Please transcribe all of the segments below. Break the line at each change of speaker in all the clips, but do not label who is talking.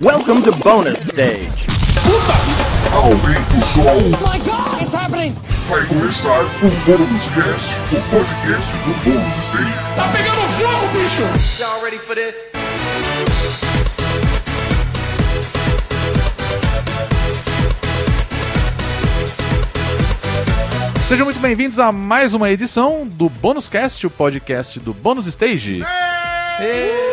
Welcome to bonus stage.
Aumenta o som,
My God, it's happening!
vai começar o Bônus Cast, o podcast do Bônus Day.
Tá pegando fogo, bicho!
Y'all ready for this?
Sejam muito bem-vindos a mais uma edição do Bônus Cast, o podcast do Bônus Stage. Eita.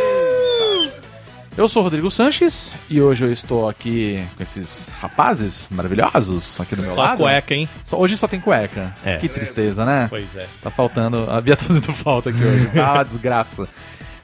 Eu sou o Rodrigo Sanches e hoje eu estou aqui com esses rapazes maravilhosos aqui do meu
Só
lado.
cueca, hein?
Só- hoje só tem cueca.
É.
Que tristeza, né?
Pois é.
Tá faltando. A Bia tá fazendo falta aqui hoje. Ah, desgraça.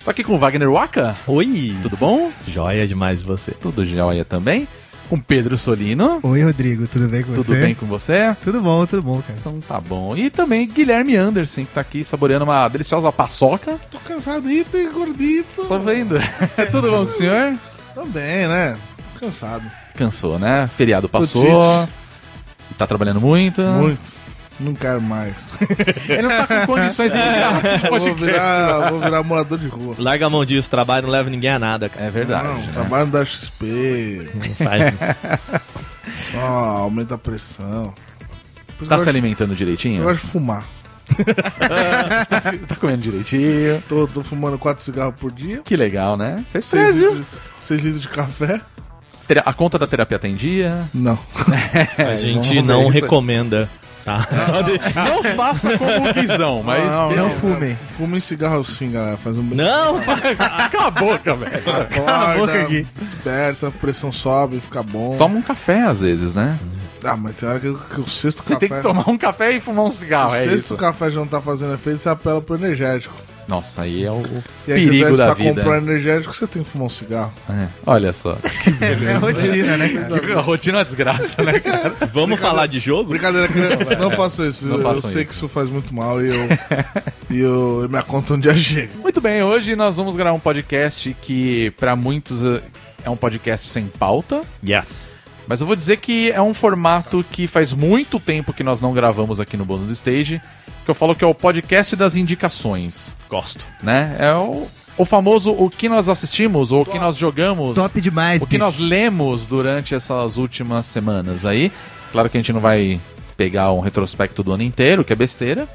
Tô aqui com o Wagner Waka.
Oi!
Tudo bom?
Joia demais você.
Tudo jóia também. Com Pedro Solino.
Oi, Rodrigo, tudo bem com
Tudo
você?
bem com você?
Tudo bom, tudo bom, cara.
Então tá bom. E também Guilherme Anderson, que tá aqui saboreando uma deliciosa paçoca.
Tô cansadito e gordito.
Tô vendo. Tudo bom com o senhor?
Também, né? Tô cansado.
Cansou, né? Feriado passou.
Putz.
Tá trabalhando muito.
Muito. Não quero mais.
Ele não tá com condições de gravar esse
vou,
podcast. né?
virar, vou virar morador de rua.
Larga a mão disso, trabalho não leva ninguém a nada, cara.
É verdade.
Não, tá
né?
trabalho da XP,
Não faz.
só aumenta a pressão.
Tá
Eu
se
gosto-
alimentando
Eu
direitinho?
gosto de fumar.
Tá, se- tá comendo direitinho.
Tô, tô fumando 4 cigarros por dia,
Que legal, né? Você
Tá
6
fez, viu?
litros, de- seis litros de café.
Tera- A conta da terapia tá em dia.
Não.
a gente
vamos ver
não
isso aí.
recomenda. Tá? Só deixar.
Não os faça como visão, mas. né?
não,
Não
não.
fume.
Fumem cigarro sim, galera. Faz um bem.
Não!
Cala a boca, velho.
Acorda,
boca aqui.
Desperta, a pressão sobe, fica bom.
Toma um café às vezes, né?
Ah, mas tem hora que, o- que o sexto
Você
café.
tem que tomar um café e fumar um cigarro,
o
é
sexto
isso.
café já não tá fazendo efeito, você apela pro energético.
Nossa, aí é o o
E aí, se
perigo
você
da
pra
vida.
comprar energético, você tem que fumar um cigarro.
É, olha só.
É rotina, né, cara?
Que rotina é uma desgraça, né, cara?
Vamos falar de jogo?
Brincadeira, criança, não façam isso.
Não
eu
façam
sei
isso.
que isso faz muito mal e eu. e é eu, eu me aconto onde chega.
Muito bem, hoje nós vamos gravar um podcast que pra muitos eh, é um podcast sem pauta,
Yes.
mas eu vou dizer que é um formato que faz muito tempo que nós não gravamos aqui no Bônus Stage, que eu falo que é o podcast das indicações,
Gosto.
né? É o, o famoso o que nós assistimos ou o que nós jogamos.
Top demais,
o que
bicho.
nós lemos durante essas últimas semanas aí. Claro que a gente não vai pegar um retrospecto do ano inteiro, que é besteira.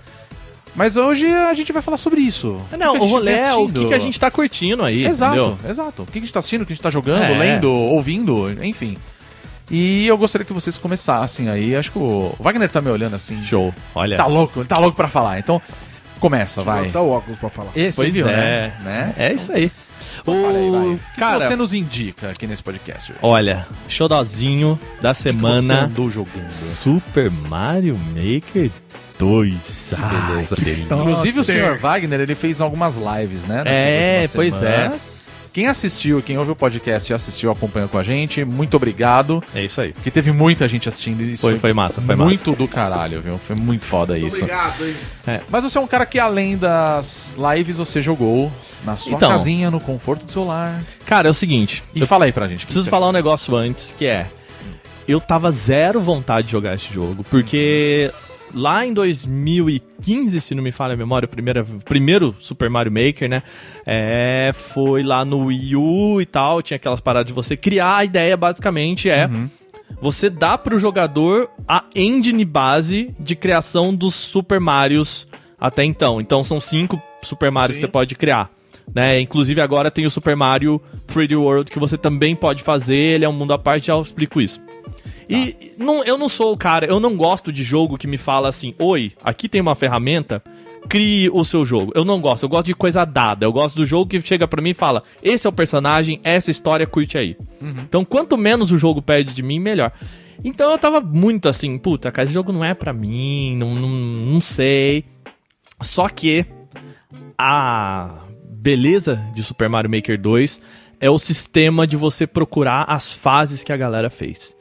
Mas hoje a gente vai falar sobre isso.
Não,
que
o
a gente
rolê
vem
é o
assistindo.
que, que a gente tá curtindo aí,
Exato,
entendeu?
exato. O que a gente tá assistindo, o que a gente tá jogando,
É.
lendo, ouvindo, enfim. E eu gostaria que vocês começassem aí. Acho que o Wagner tá me olhando assim.
Show. Olha.
Tá louco, ele tá louco pra falar. Então, começa, vai.
Botar o óculos pra falar.
Esse
então. Pois
viu,
é.
né? né?
É isso aí.
Fala aí, vai. O
O...
que que
Cara,
você nos indica aqui nesse podcast? hoje?
olha, showzinho da
Você
semana.
andou jogando.
Super Mario Maker 2. Ah,
beleza.
que delícia.
Inclusive o Sr. Wagner, ele fez algumas lives, né? nessas
É,
últimas
pois
semanas. Quem assistiu, quem ouve o podcast e assistiu, acompanha com a gente, muito obrigado.
É isso aí.
Porque teve muita gente assistindo e isso
Foi- foi massa, foi
muito do caralho, viu? Foi muito foda isso.
Obrigado, hein?
Mas você é um cara que, além das lives, você jogou na sua
Então.
casinha, no conforto do seu lar.
Cara, é o seguinte.
E fala aí pra gente. o que
Preciso
você
falar um negócio antes, que é. Eu tava zero vontade de jogar esse jogo, porque lá em 2015, se não me falha a memória, o primeira- primeiro Super Mario Maker, né? É, foi lá no Wii U e tal, tinha aquelas paradas de você criar a ideia, basicamente, é. Você dá pro jogador a engine base de criação dos Super Marios até então. Então são cinco Super Marios que você pode criar. Né? Inclusive agora tem o Super Mario 3D World que você também pode fazer, ele é um mundo à parte, já eu explico isso. E não, eu não sou o cara, eu não gosto de jogo que me fala assim, oi, aqui tem uma ferramenta, crie o seu jogo. Eu não gosto, eu gosto de coisa dada, eu gosto do jogo que chega pra mim e fala, esse é o personagem, essa história, curte aí. Então quanto menos o jogo perde de mim, melhor. Então eu tava muito assim, puta, cara, esse jogo não é pra mim, não, não, não sei. Só que a beleza de Super Mario Maker 2 é o sistema de você procurar as fases que a galera fez.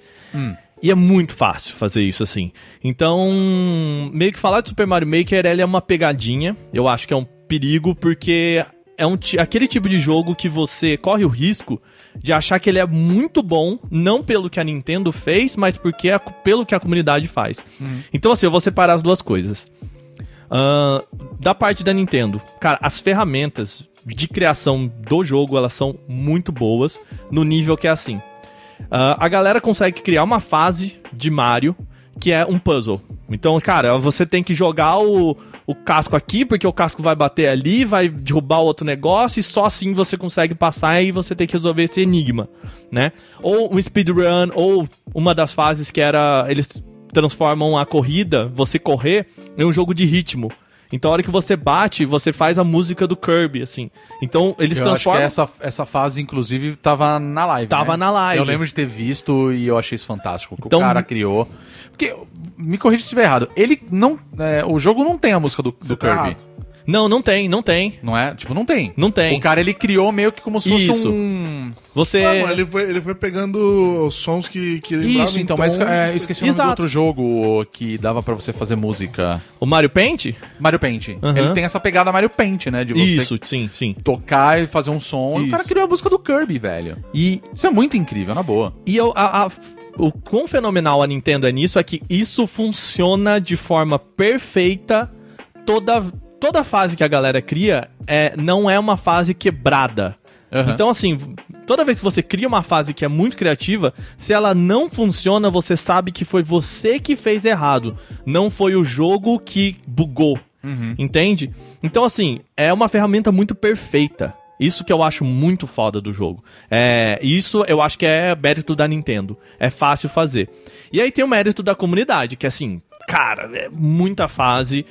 E é muito fácil fazer isso assim. Então, meio que falar de Super Mario Maker, ele é uma pegadinha. Eu acho que é um perigo, porque é um ti- aquele tipo de jogo que você corre o risco de achar que ele é muito bom, não pelo que a Nintendo fez, mas porque a- pelo que a comunidade faz. Então, assim, eu vou separar as duas coisas. Ahn, da parte da Nintendo, cara, as ferramentas de criação do jogo, elas são muito boas, no nível que é assim. Ah, a galera consegue criar uma fase de Mario que é um puzzle. Então, cara, você tem que jogar o, o casco aqui, porque o casco vai bater ali, vai derrubar o outro negócio, e só assim você consegue passar e você tem que resolver esse enigma, né? Ou um speedrun, ou uma das fases que era. Eles transformam a corrida, você correr, em um jogo de ritmo. Então, a hora que você bate, você faz a música do Kirby, assim. Então, eles
Eu acho que é
transformam.
essa, essa fase, inclusive, tava na live.
Tava
né?
na live.
Eu lembro de ter visto e eu achei isso fantástico. Que
Então-
o cara criou. Porque, me corrija se estiver errado, ele não. é, o jogo não tem a música do, do
tá
Kirby.
errado.
Não, não tem, não tem.
Não é? Tipo, não tem.
Não tem.
O cara ele criou meio que como se fosse
Isso.
um.
Você.
Ah, mano, ele foi, ele foi pegando os sons que, que ele
Isso, então, mas é, eu esqueci o nome do
Exato.
outro jogo que dava pra você fazer música.
O Mario Paint?
Mario Paint.
Aham.
Ele tem essa pegada Mario Paint, né? De você
Isso, sim, sim.
tocar e fazer um som. E o
Isso.
cara criou a música do Kirby, velho.
E,
Isso é muito incrível, na boa.
e eu, a, a- o quão fenomenal a Nintendo é nisso é que isso funciona de forma perfeita toda toda fase que a galera cria é, não é uma fase quebrada.
Aham.
Então, assim, toda vez que você cria uma fase que é muito criativa, se ela não funciona, você sabe que foi você que fez errado. Não foi o jogo que bugou. Entende? Então, assim, é uma ferramenta muito perfeita. Isso que eu acho muito foda do jogo. É, isso eu acho que é mérito da Nintendo. É fácil fazer. E aí tem o mérito da comunidade, que assim, cara, é muita fase.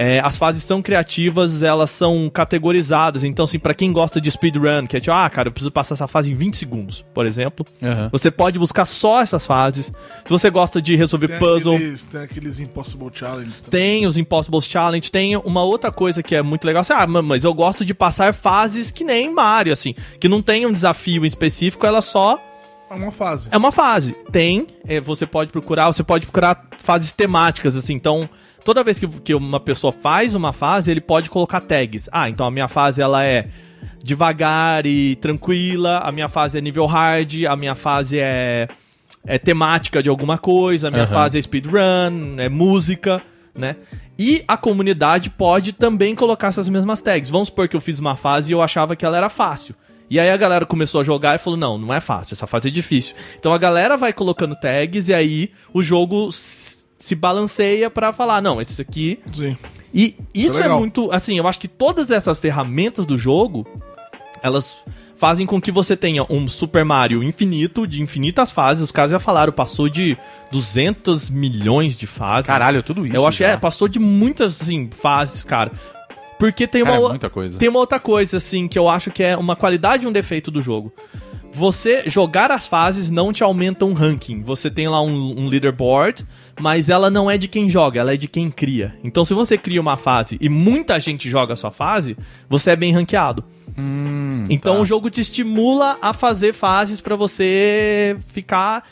É, as fases são criativas, elas são categorizadas. Então, assim, pra quem gosta de speedrun, que é tipo, ah, cara, eu preciso passar essa fase em 20 segundos, por exemplo.
Aham.
Você pode buscar só essas fases. Se você gosta de resolver
tem
puzzle,
Aqueles, tem aqueles Impossible Challenges também.
tem os Impossible Challenge, tem uma outra coisa que é muito legal. Assim, ah, ma- mas eu gosto de passar fases que nem Mario, assim, que não tem um desafio em específico, ela só
É uma fase.
é uma fase. Tem, é, você pode procurar, você pode procurar fases temáticas, assim. Então, toda vez que, que uma pessoa faz uma fase, ele pode colocar tags. Ah, então a minha fase ela é devagar e tranquila, a minha fase é nível hard, a minha fase é, é temática de alguma coisa, a minha fase é speedrun, é música, né? E a comunidade pode também colocar essas mesmas tags. Vamos supor que eu fiz uma fase e eu achava que ela era fácil. E aí a galera começou a jogar e falou: não, não é fácil, essa fase é difícil. Então a galera vai colocando tags e aí o jogo s- se balanceia pra falar: não, esse aqui.
Sim.
E isso é
legal.
muito. Assim, eu acho que todas essas ferramentas do jogo elas fazem com que você tenha um Super Mario infinito, de infinitas fases. Os caras já falaram, passou de 200 milhões de fases.
Caralho, tudo isso.
eu acho que
já.
é, passou de muitas assim, fases, cara. Porque tem
Cara,
uma,
é muita coisa.
tem uma outra coisa, assim, que eu acho que é uma qualidade e um defeito do jogo. Você jogar as fases não te aumenta um ranking. Você tem lá um, um leaderboard, mas ela não é de quem joga, ela é de quem cria. Então, se você cria uma fase e muita gente joga a sua fase, você é bem ranqueado. então, o jogo te estimula a fazer fases pra você ficar.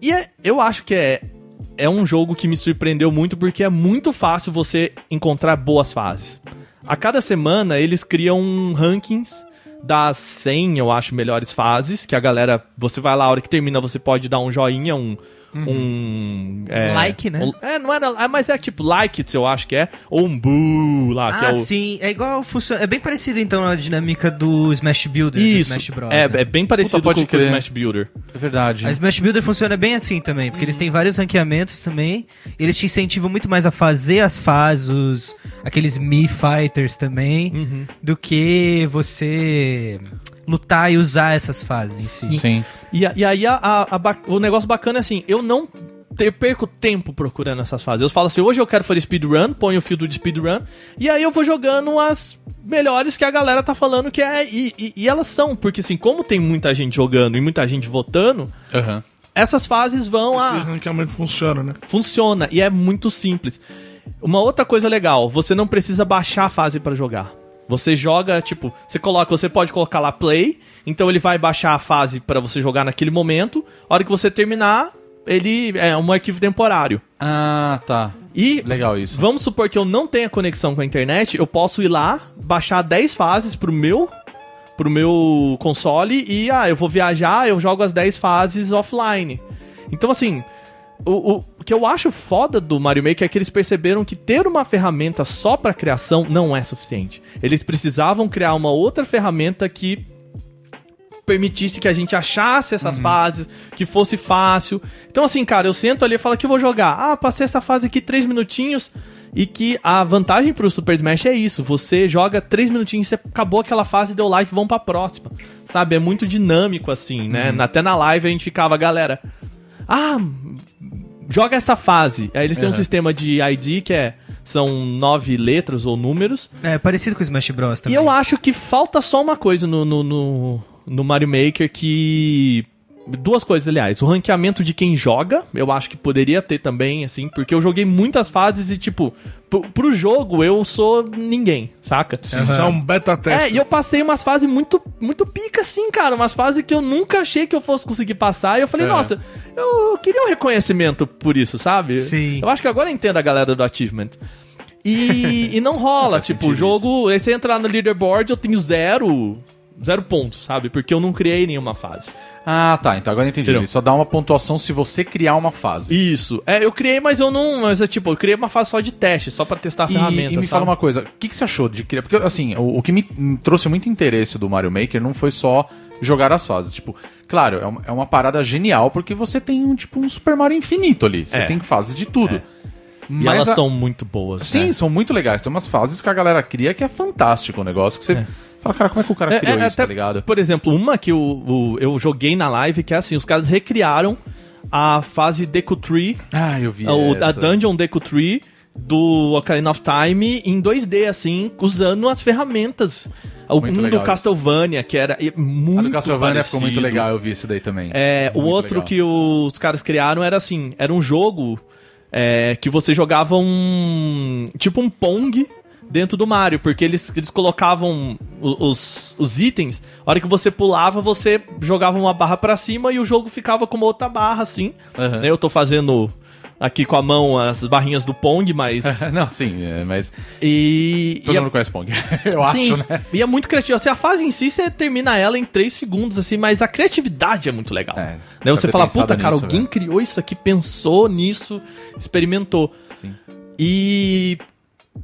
E é- eu acho que é, é um jogo que me surpreendeu muito porque é muito fácil você encontrar boas fases. A cada semana eles criam um rankings das 100, eu acho, melhores fases, que a galera, você vai lá, a hora que termina você pode dar um joinha, um...
Uhum.
Um é,
Like, né?
um- é, não era. é, Mas é tipo like, it, eu acho que é. Ou um boo lá, que é
Ah,
o.
sim. É igual. Funciona... É bem parecido então a dinâmica do Smash Builder. do
Isso.
Smash Bros.
é,
né?
é bem parecido
Puta, pode
com o
crer.
Smash Builder.
É verdade.
A Smash Builder funciona bem assim também, porque eles têm vários ranqueamentos também. Eles te incentivam muito mais a fazer as fases, os- aqueles Mi Fighters também,
Uhum.
do que você lutar e usar essas fases em si.
Sim.
E, a- e aí a- a- a ba- o negócio bacana é assim, eu não ter, perco tempo procurando essas fases. Eu falo assim, hoje eu quero fazer speedrun, ponho o filtro de speedrun, e aí eu vou jogando as melhores que a galera tá falando que é. E, e- e elas são, porque assim, como tem muita gente jogando e muita gente votando,
Aham.
essas fases vão ah,
Esse
a
ranqueamento funciona, né?
funciona e é muito simples. Uma outra coisa legal, você não precisa baixar a fase pra jogar. Você joga, tipo, você coloca, você pode colocar lá play, então ele vai baixar a fase pra você jogar naquele momento. A hora que você terminar, ele é um arquivo temporário.
Ah, tá.
E
Legal isso.
Vamos supor que eu não tenha conexão com a internet, eu posso ir lá, baixar 10 fases pro meu pro meu console e ah, eu vou viajar, eu jogo as 10 fases offline. Então assim, O, o- o que eu acho foda do Mario Maker é que eles perceberam que ter uma ferramenta só pra criação não é suficiente. Eles precisavam criar uma outra ferramenta que permitisse que a gente achasse essas fases, que fosse fácil. Então, assim, cara, eu sento ali e falo que eu vou jogar. Ah, passei essa fase aqui três minutinhos. E que a vantagem pro Super Smash é isso: você joga três minutinhos, você acabou aquela fase, deu like, vão pra próxima. Sabe? É muito dinâmico assim, né? Até na live a gente ficava, galera. Ah, joga essa fase. Aí eles têm um sistema de ID que é. São nove letras ou números.
É, parecido com o Smash Bros.
E
também.
eu acho que falta só uma coisa no, no, no, no Mario Maker que. Duas coisas, aliás. O ranqueamento de quem joga, eu acho que poderia ter também, assim, porque eu joguei muitas fases e, tipo, pro, pro jogo eu sou ninguém, saca?
Isso é um beta
É,
teste.
e eu passei umas fases muito, muito pica, assim, cara. Umas fases que eu nunca achei que eu fosse conseguir passar. E eu
É.
falei, nossa, eu queria um reconhecimento por isso, sabe?
Sim.
Eu acho que agora eu entendo a galera do Achievement. E, e não rola, tipo, o jogo. Aí você entrar no leaderboard, eu tenho zero. Zero pontos, sabe? Porque eu não criei nenhuma fase.
Ah, tá. Então agora eu entendi.
Entendeu?
Ele só dá uma pontuação se você criar uma fase.
Isso. É, eu criei, mas eu não. Mas é tipo, eu criei uma fase só de teste, só pra testar a
E,
ferramenta.
e me
sabe?
fala uma coisa, o que, que você achou de criar? Porque, assim, o, o que me hum, trouxe muito interesse do Mario Maker não foi só jogar as fases. Tipo, claro, é uma, é uma parada genial porque você tem um tipo um Super Mario infinito ali. Você
É.
tem fases de tudo.
E
Mas
elas
a-
são muito boas.
Sim,
né?
são muito legais. Tem umas fases que a galera cria que é fantástico o negócio. Que você fala, cara, como é que o cara criou isso, tá ligado?
Por exemplo, uma que eu, o- eu joguei na live, que é assim, os caras recriaram a fase Deku Tree,
Ah, eu vi.
a, É, o- a
essa.
Dungeon Deku Tree do Ocarina of Time em 2D, assim, usando as ferramentas. O-
Muito
um
legal
do
isso.
Castlevania, que era e- muito
A do Castlevania ficou muito
parecido.
legal, eu vi isso daí também.
É, o
Muito
outro
legal.
que os caras criaram era assim, era um jogo é, que você jogava um tipo um pong dentro do Mario, porque eles, eles colocavam o- os, os itens, a hora que você pulava, você jogava uma barra pra cima e o jogo ficava com uma outra barra assim.
Aham.
né? Eu tô fazendo aqui com a mão as barrinhas do pong, mas
Não, sim, é, mas.
e,
Todo
e a-
mundo conhece Pong. Eu acho, né?
E é muito criativo. Assim, a fase em si, você termina ela em 3 segundos, assim, mas a criatividade é muito legal.
É,
né? Você
ter
fala,
pensado
puta, cara,
nisso,
alguém
velho."
criou isso aqui, pensou nisso, experimentou.
Sim.
E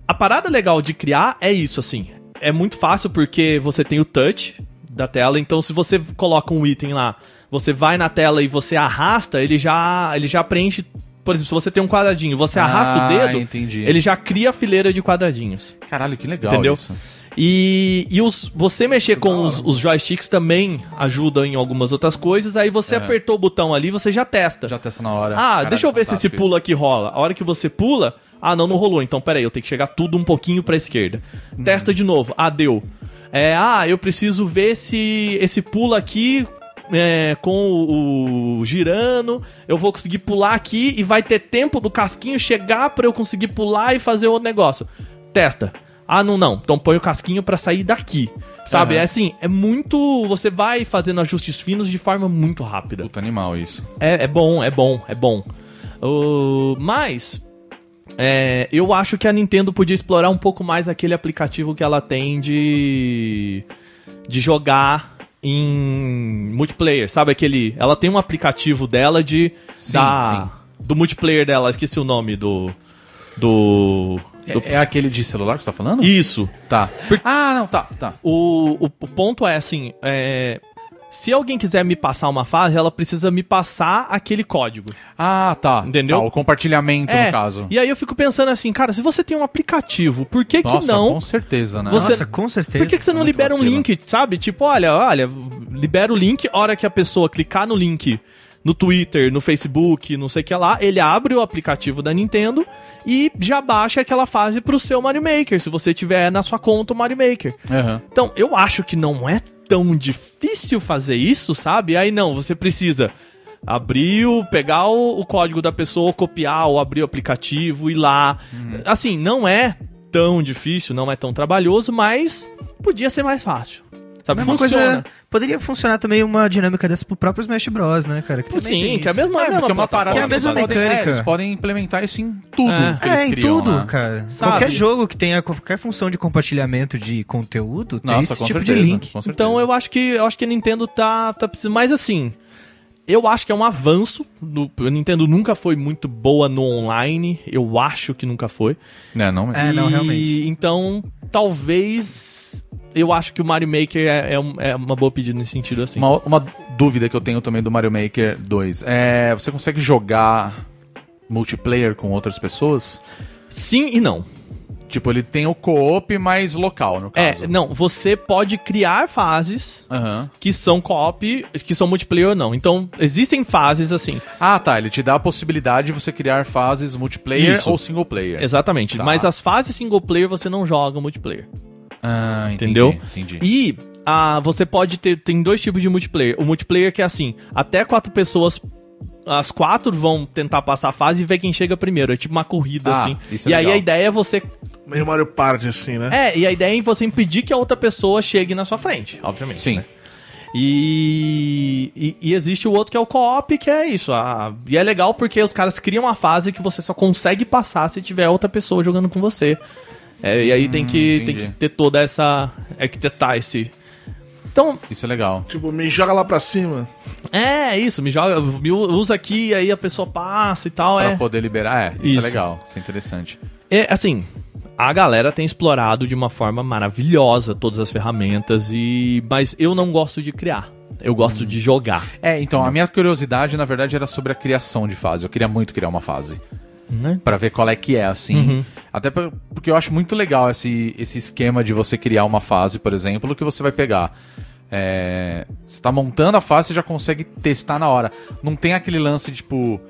a parada legal de criar é isso, assim. É muito fácil porque você tem o touch da tela, então se você coloca um item lá, você vai na tela e você arrasta, ele já, ele já preenche. Por exemplo, se você tem um quadradinho, você arrasta
Ah,
o dedo,
entendi.
ele já cria a fileira de quadradinhos.
Caralho, que legal
Entendeu?
isso.
E, e os, você mexer
é
com os, os joysticks também ajuda em algumas outras coisas. Aí você
É.
apertou o botão ali, você já testa.
Já testa na hora.
ah,
Caralho,
deixa eu ver se esse
fantástico
pulo aqui rola. A hora que você pula, ah, não, não rolou. Então, peraí, eu tenho que chegar tudo um pouquinho pra esquerda. Testa de novo. Ah, deu. É, ah, eu preciso ver se esse pulo aqui é, com o, o girando, eu vou conseguir pular aqui e vai ter tempo do casquinho chegar pra eu conseguir pular e fazer o negócio. Testa. Ah, não, não. Então põe o casquinho pra sair daqui. Sabe?
Aham.
É assim, é muito. Você vai fazendo ajustes finos de forma muito rápida.
Puta animal isso.
É, é bom, é bom, é bom. O- mas é, eu acho que a Nintendo podia explorar um pouco mais aquele aplicativo que ela tem de de jogar em multiplayer, sabe aquele? Ela tem um aplicativo dela de
Sim,
da- do multiplayer dela, esqueci o nome do do, do-
É, é aquele de celular que você tá falando?
isso.
Tá. Ah, não, tá, tá.
O, o, o ponto é assim, é, se alguém quiser me passar uma fase, ela precisa me passar aquele código.
Ah, tá.
Entendeu?
Tá, o compartilhamento,
É,
no caso.
E aí eu fico pensando assim, cara, se você tem um aplicativo, por que que
Nossa,
não?
com certeza, né?
Você-
Nossa, com certeza.
Por que, que você não
muito
libera um
vacilo.
link, sabe? Tipo, olha, olha, libera o link, hora que a pessoa clicar no link no Twitter, no Facebook, não sei o que lá, ele abre o aplicativo da Nintendo e já baixa aquela fase pro seu Mario Maker, se você tiver na sua conta o Mario Maker.
Aham.
Então, eu acho que não é tão difícil fazer isso, sabe? Aí não, você precisa abrir, o, pegar o, o código da pessoa, copiar ou abrir o aplicativo, ir lá.
Uhum.
Assim, não é tão difícil, não é tão trabalhoso, mas podia ser mais fácil. Sabe?
Mesma
Funciona.
é-
coisa, poderia funcionar também uma dinâmica dessa pro próprio Smash Bros, né, cara? Que também tem
Sim, que é a
isso.
mesma,
É, porque é uma
plataforma,
parada
Que é a
que
mesma
eles podem-
mecânica.
é, eles podem implementar isso em tudo
É.
que eles
é, em
criam,
tudo,
né?
cara.
Sabe?
Qualquer jogo que tenha qualquer função de compartilhamento de conteúdo tem
Nossa,
esse
com
tipo
certeza.
de link.
com certeza.
Então eu acho que eu acho que a Nintendo tá tá precisando, mas assim, Eu acho que é um avanço. Do, a Nintendo nunca foi muito boa no online. Eu acho que nunca foi.
É, não é.
É, não,
E,
realmente.
Então, talvez. Eu acho que o Mario Maker é, é um- é uma boa pedida nesse sentido, assim.
Uma, uma dúvida que eu tenho também do Mario Maker 2. É, você consegue jogar multiplayer com outras pessoas?
Sim e não.
Tipo, ele tem o co-op mais local, no caso.
É, não, você pode criar fases
Aham.
que são co-op, que são multiplayer ou não. Então, existem fases assim.
Ah, tá. Ele te dá a possibilidade de você criar fases multiplayer
Isso.
ou single player.
Exatamente.
Tá.
Mas as fases single player você não joga multiplayer.
Ah, entendi,
Entendeu?
Entendi.
E ah, você pode ter. Tem dois tipos de multiplayer. O multiplayer que é assim, até quatro pessoas. As quatro vão tentar passar a fase e ver quem chega primeiro. É tipo uma corrida,
Ah,
assim.
isso é
E aí
legal.
a ideia é você.
Meio Mario Party, assim, né?
É, e a ideia é você impedir que a outra pessoa chegue na sua frente, obviamente. né?
Sim.
E, e- e existe o outro que é o co-op, que é isso. a- e é legal porque os caras criam uma fase que você só consegue passar se tiver outra pessoa jogando com você. É, e aí tem, que, tem
Hum, entendi.
que ter toda essa. é arquitetar tá esse. Então,
Isso é legal.
Tipo, me joga lá pra cima.
é isso, me joga, me u- usa aqui, aí a pessoa passa e tal.
Pra
É,
poder liberar. É, isso, é
Isso.
legal. Isso é interessante.
É, assim, a galera tem explorado de uma forma maravilhosa todas as ferramentas, e mas eu não gosto de criar. Eu
Hum.
gosto de jogar.
É, então, a minha curiosidade, na verdade, era sobre a criação de fase. Eu queria muito criar uma fase.
Né?
Pra ver qual é que é, assim. Até pra- porque eu acho muito legal esse, esse esquema de você criar uma fase, por exemplo, que você vai pegar. É, você tá montando a fase, você já consegue testar na hora. Não tem aquele lance, tipo.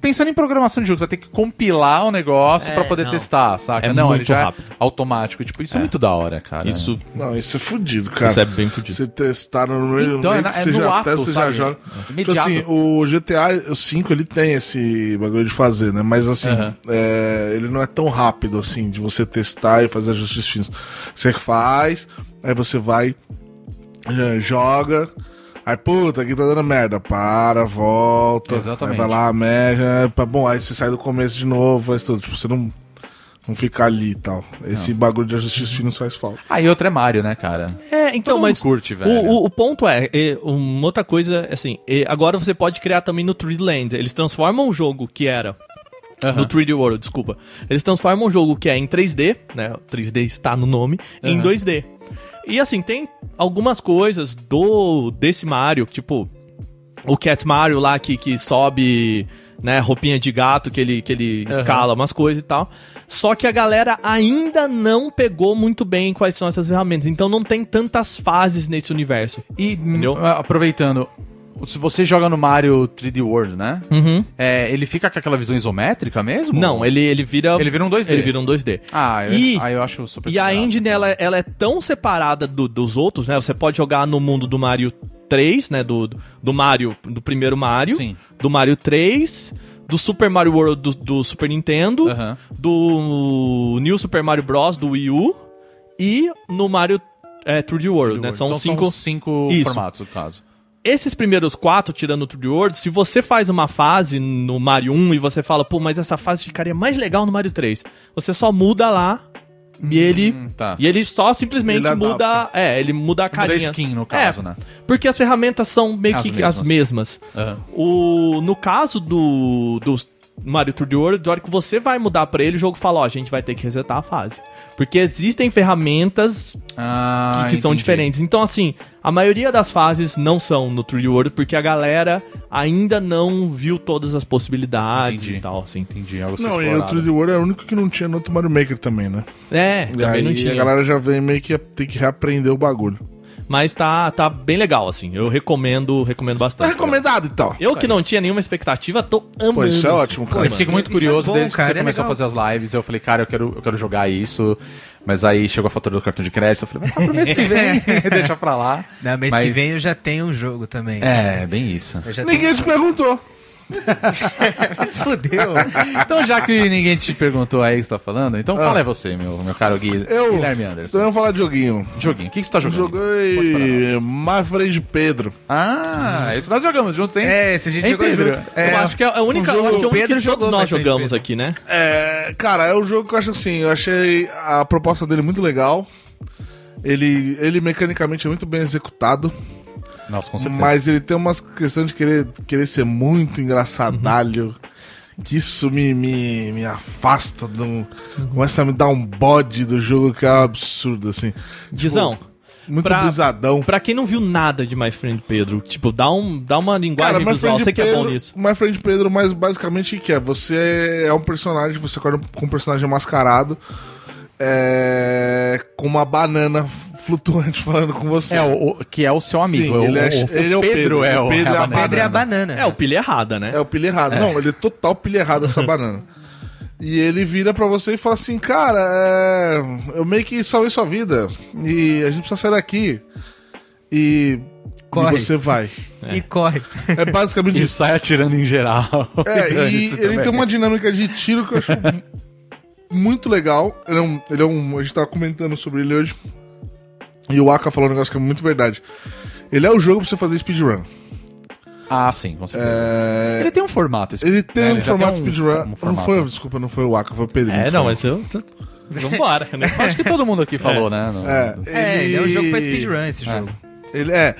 Pensando em programação de jogo, você vai ter que compilar o negócio
É,
pra poder
não.
testar, saca?
É
não, ele
muito
já
rápido.
é automático. Tipo, isso é. muito da hora, cara.
Isso,
Não, isso é fudido, cara.
isso é É. bem fudido.
Você testar no meio
Então,
meio
é na-
que
é
você
no
já
ato,
testa, você já
sabe?
joga. Tipo
Imediato.
assim, o GTA V ele tem esse bagulho de fazer, né? Mas assim,
Aham.
é, ele não é tão rápido assim, de você testar e fazer ajustes finos. Você faz, aí você vai, é, joga. Aí, puta, aqui tá dando merda. Para, volta.
Exatamente.
Aí vai lá, merda. pá, Bom, aí você sai do começo de novo, faz tudo. Tipo, você não, não fica ali e tal. Esse bagulho de ajustes finos faz falta.
Aí outro é Mario, né, cara?
É, então,
mundo
mas
curte,
o-
um velho.
O, o ponto é, é, uma outra coisa, assim, é, agora você pode criar também no 3D Land. Eles transformam o jogo que era
Aham.
no 3D World, desculpa. Eles transformam o jogo que é em 3D, né? o 3D está no nome, em
Aham.
2D. E assim, tem algumas coisas do desse Mario, tipo o Cat Mario lá que, que sobe, né, roupinha de gato, que ele, que ele escala umas coisas e tal. Só que a galera ainda não pegou muito bem quais são essas ferramentas. Então não tem tantas fases nesse universo.
E
Entendeu?
hum, aproveitando, se você joga no Mario 3D World, né?
Uhum.
É, ele fica com aquela visão isométrica mesmo?
Não, ele, ele vira.
Ele vira um 2D.
Ele vira um 2D.
Ah, eu,
E-
ah, eu acho super
E a
graça,
engine,
cara.
ela, ela é tão separada do- dos outros, né? Você pode jogar no mundo do Mario 3, né? Do, do Mario, do primeiro Mario.
Sim.
Do Mario 3, do Super Mario World do, do Super Nintendo,
Aham.
do New Super Mario Bros. do Wii U e no Mario é, 3D World, né? São
Então
cinco...
cinco
Isso.
formatos, no caso.
Esses primeiros quatro, tirando o 3D World, se você faz uma fase no Mario 1 e você fala, pô, mas essa fase ficaria mais legal no Mario 3, você só muda lá e ele...
Hum, tá.
E ele só simplesmente
Ele adapta.
muda. É, ele muda a
Muda a
carinha.
um skin, no caso,
É,
né?
Porque as ferramentas são meio
As
que
mesmas.
as mesmas.
Aham.
O, no caso do, do Mario 3D World, a hora que você vai mudar pra ele, o jogo fala, ó, a gente vai ter que resetar a fase. Porque existem ferramentas que,
Ah,
que são
entendi.
diferentes. Então, assim, a maioria das fases não são no 3D World, porque a galera ainda não viu todas as possibilidades
Entendi.
e tal, assim.
Entendi, é algo
Não, e o
né?
3D World é o único que não tinha no outro Mario Maker também, né?
É,
E
também
aí
não tinha.
a galera já vem meio que tem que reaprender o bagulho.
Mas tá, tá bem legal, assim. Eu recomendo, recomendo
Tá
bastante.
recomendado, então.
Eu que não tinha nenhuma expectativa, tô amando.
Pô, isso é ótimo, cara.
Eu fico muito
Isso é
curioso
bom,
desde que
cara,
você
é
começou a
legal.
fazer as lives. Eu falei, cara, eu quero, eu quero jogar isso. Mas aí chegou a fatura do cartão de crédito. Eu falei, mas tá pro mês que vem, deixa pra lá.
Na mês que
Mas-
vem eu já tenho um jogo também.
É, bem isso.
Eu já
Ninguém te perguntou.
tenho... se fudeu.
Então, já que ninguém te perguntou aí o que você tá falando, então fala aí você, meu, meu caro Gui,
Ah. Eu.
Guilherme
Então
Anderson.
vamos falar de joguinho.
Joguinho, o que, que você tá jogando? Pode falar,
Joguei. Mafra de Pedro.
Ah, isso nós jogamos juntos, hein?
É, esse a gente
Hein,
jogou
Pedro?
junto.
Eu
É,
acho que é a única,
o jogo-
acho que é o único
Pedro
que todos
jogou
nós
mais vezes,
jogamos
Pedro.
aqui, né?
É, cara, é um jogo que eu acho assim, eu achei a proposta dele muito legal. Ele, ele mecanicamente é muito bem executado.
Nossa, com certeza.
Mas ele tem umas questões de querer, querer ser muito engraçadalho. Que isso me, me, me afasta, do, começa a me dar um bode do jogo que é um absurdo, assim.
Dizão,
Muito
Pra-
brisadão.
pra quem não viu nada de My Friend Pedro, tipo, dá, um, dá uma linguagem
My
visual,
Friend
você que é
Pedro-
bom nisso.
My Friend Pedro, mas basicamente o que é? Você é um personagem, você acorda com um personagem mascarado, é, com uma banana flutuante falando com você.
É, o, o- que é o seu amigo.
Sim,
é o-
ele é-
o,
ele é o Pedro,
é o
Pedro é a
Rabanete.
Pedro é a
banana.
banana.
É, o pilha errada, né?
É o pilha errado. Não, ele é total pilha errado essa banana. E ele vira pra você e fala assim, cara, é, eu meio que salvei sua vida. E a gente precisa sair daqui. E, e
Corre.
você vai.
E corre.
É basicamente
E
isso.
sai atirando em geral.
É, e
Isso
ele
também.
tem uma dinâmica de tiro que eu acho muito legal. Ele é, um, ele é um- A gente tava comentando sobre ele hoje. E o Aka falou um negócio que é muito verdade. Ele é o jogo pra você fazer speedrun.
Ah, sim, com certeza.
É,
Ele tem um formato. esse-
Ele
né,
tem um
já
formato
um-
speedrun.
um
não
formato.
foi, desculpa, não foi o Aka, foi o Pedro.
É, não, mas eu. tô- Vambora, né?
Acho que todo mundo aqui falou, né? no-
É,
É, ele é um jogo pra speedrun, esse jogo.
Ele é.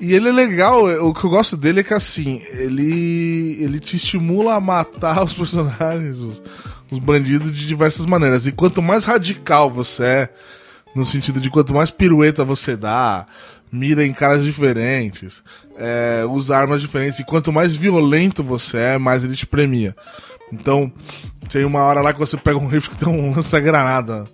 E ele é legal, o que eu gosto dele é que assim, ele ele te estimula a matar os personagens, os, os bandidos de diversas maneiras. E quanto mais radical você é, no sentido de quanto mais pirueta você dá, mira em caras diferentes, é, usa armas diferentes, e quanto mais violento você é, mais ele te premia. Então, tem uma hora lá que você pega um rifle que tem um lança-granada.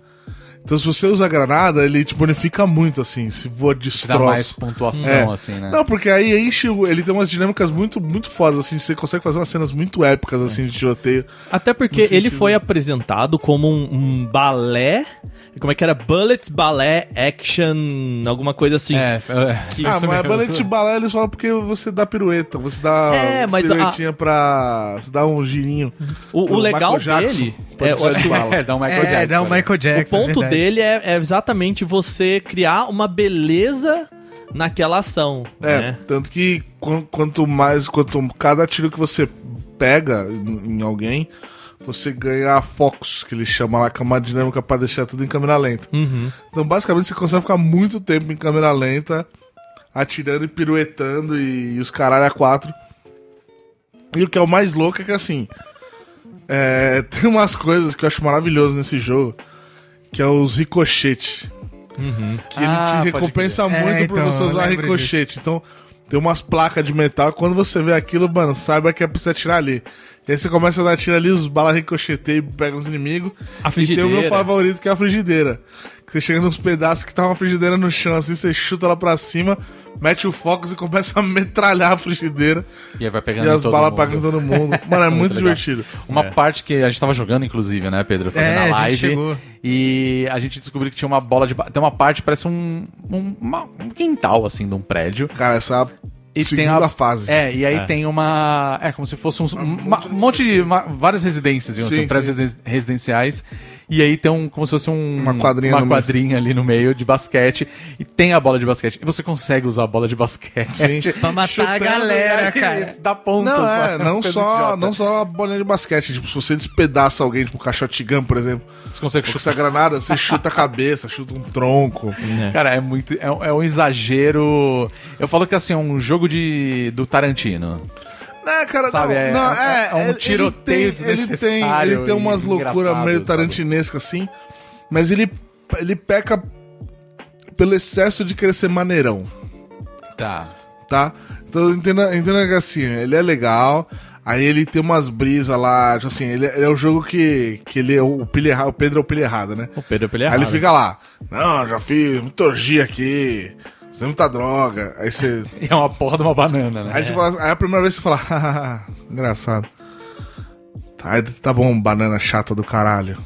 Então, se você usa a granada, ele te bonifica muito, assim, se voa
Que dá mais
destroço.
pontuação,
É.
assim, né?
Não, porque aí enche o- Ele tem umas dinâmicas muito, muito fodas, assim. Você consegue fazer umas cenas muito épicas, assim, de tiroteio.
Até porque ele foi apresentado como um, um balé. Como é que era? Bullet Ballet Action, alguma coisa assim.
É, é,
Que-
ah,
isso
mas
mesmo.
balé de balé eles falam porque você dá pirueta, você dá
É, mas a-
piruetinha pra. Você dá um girinho.
O, o
O
legal
Michael Jackson
dele.
pode
é,
usar de bala.
É, dá um Michael
É,
Jackson,
dá o
olha.
Michael
o
Jackson.
ponto
verdade.
dele é, é exatamente você criar uma beleza naquela ação.
É,
né?
tanto que quan- quanto mais, quanto cada tiro que você pega em em alguém, você ganha a Fox, que ele chama lá, que é uma dinâmica pra deixar tudo em câmera lenta.
Uhum.
Então, basicamente, você consegue ficar muito tempo em câmera lenta, atirando e piruetando e, e os caralho a quatro. E o que é o mais louco é que, assim, é, tem umas coisas que eu acho maravilhoso nesse jogo, que é os ricochete. Que
Ah,
ele te
pode
recompensa
Uhum. crer.
muito
É,
por
então,
você
eu
usar
lembro
ricochete. Então, tem umas placas de metal, quando você vê aquilo, mano, saiba que é pra você atirar ali. E aí você começa a dar tiro ali, os balas ricocheteiam e pegam os inimigos.
A
E tem o meu
frigideira.
favorito que é a frigideira. Que Você chega nos pedaços que tá uma frigideira no chão, assim, você chuta ela pra cima, mete o Focus e começa a metralhar a frigideira.
E aí vai
E
pegando em
as
todo
balas
mundo.
pagando todo mundo. Mano, é muito,
Muito legal.
divertido.
Uma
É.
parte que a gente tava jogando, inclusive, né, Pedro? Fazendo
É,
a
a gente
live.
chegou.
E a gente descobriu que tinha uma bola de. ba- Tem uma parte, parece um. um, uma- um quintal, assim, de um prédio.
Cara, essa é
E
segunda
tem a-
fase.
É, e aí
É.
tem uma. É, como se fosse um,
Ah,
uma- um monte de. uma- várias residências, digamos
Sim,
assim, prédios residen- residenciais. E aí tem um. Como se fosse um.
Uma quadrinha
uma
no meio.
quadrinha ali no meio de basquete. E tem a bola de basquete. E você consegue usar a bola de basquete.
Sim.
Pra matar a
Chutando,
galera,
né,
cara.
isso, Da ponta,
Não,
só,
é, não
coisa
só,
idiota.
não só a bolinha de basquete. Tipo, se você despedaça alguém, tipo, com a shotgun, por exemplo,
Você consegue
com
chutar.
essa granada, você chuta a cabeça, chuta um tronco.
Cara, é muito. É, um- é um exagero. Eu falo que assim, é um jogo de. do Tarantino.
Não, Né, cara,
Sabe,
não,
é-
não,
é- é um
ele- ele
tiroteio
tem- ele tem,
desnecessário
ele tem umas
e
loucuras
engraçado,
meio
sabe?
tarantinescas assim, mas ele, ele peca pelo excesso de querer ser maneirão,
Tá.
tá? Então entenda, entenda que assim, ele é legal, aí ele tem umas brisas lá, tipo assim, ele, ele é o jogo que, que ele é o, pilha erra- o Pedro é o pilha errada, né?
O Pedro ele é
Aí ele
errado.
fica lá, não, já fiz muita orgia aqui, usei muita droga, aí você...
E é uma porra de uma banana, né?
Aí,
É.
você fala- aí a primeira vez você fala, "Hahaha, engraçado. Tá, aí tá bom, banana chata do caralho.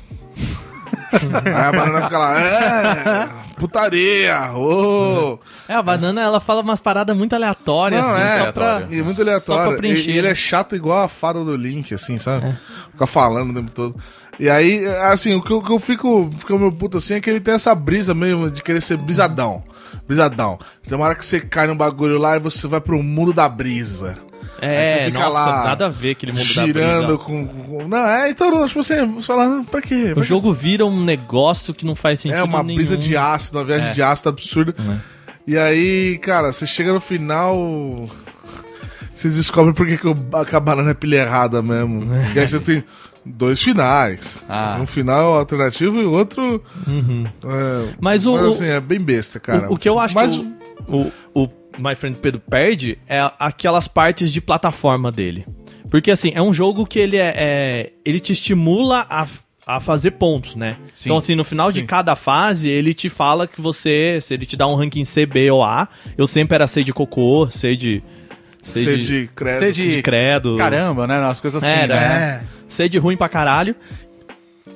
aí a banana fica lá, é, putaria, ô.
É, a banana ela fala umas paradas muito aleatórias,
Não,
assim,
é,
só pra.
E é muito
Só pra
aleatório. E,
preencher,
e ele
né? É.
é chato igual a fada do Link, assim, sabe? Fica falando o tempo todo. E aí, assim, o que eu, que eu fico, fico meu puto assim é que ele tem essa brisa mesmo de querer ser brisadão. Brisadão. Tem uma hora que você cai num bagulho lá e você vai pro mundo da brisa. Aí
É,
você fica
nossa,
lá,
nada a ver aquele mundo da
girando
brisa.
com, com- Não, é, então, não, tipo, você, você fala, "Ah, pra quê? Pra
O
quê?"
jogo vira um negócio que não faz sentido
é uma
nenhum. É.
brisa de ácido, uma viagem de ácido absurda. E aí, cara, você chega no final. Você descobre por que que o- a banana é pilha errada mesmo.
É.
E aí você tem dois finais. Você
Ah.
tem Um final alternativo e outro. é,
Uhum. Mas o-
assim, é bem besta, cara.
O, o que eu acho
Mas
que o, o, o My Friend Pedro perde é aquelas partes de plataforma dele. Porque, assim, é um jogo que ele é. é- ele te estimula a, f- a fazer pontos, né?
Sim.
Então, assim, no final de
Sim.
cada fase, ele te fala que você. Se ele te dá um ranking C, B ou A, eu sempre era C de cocô, C de. C,
ser
de,
de credo.
Ser de,
de credo.
Caramba, né? As coisas assim,
Era,
né?
é. sede ruim pra caralho.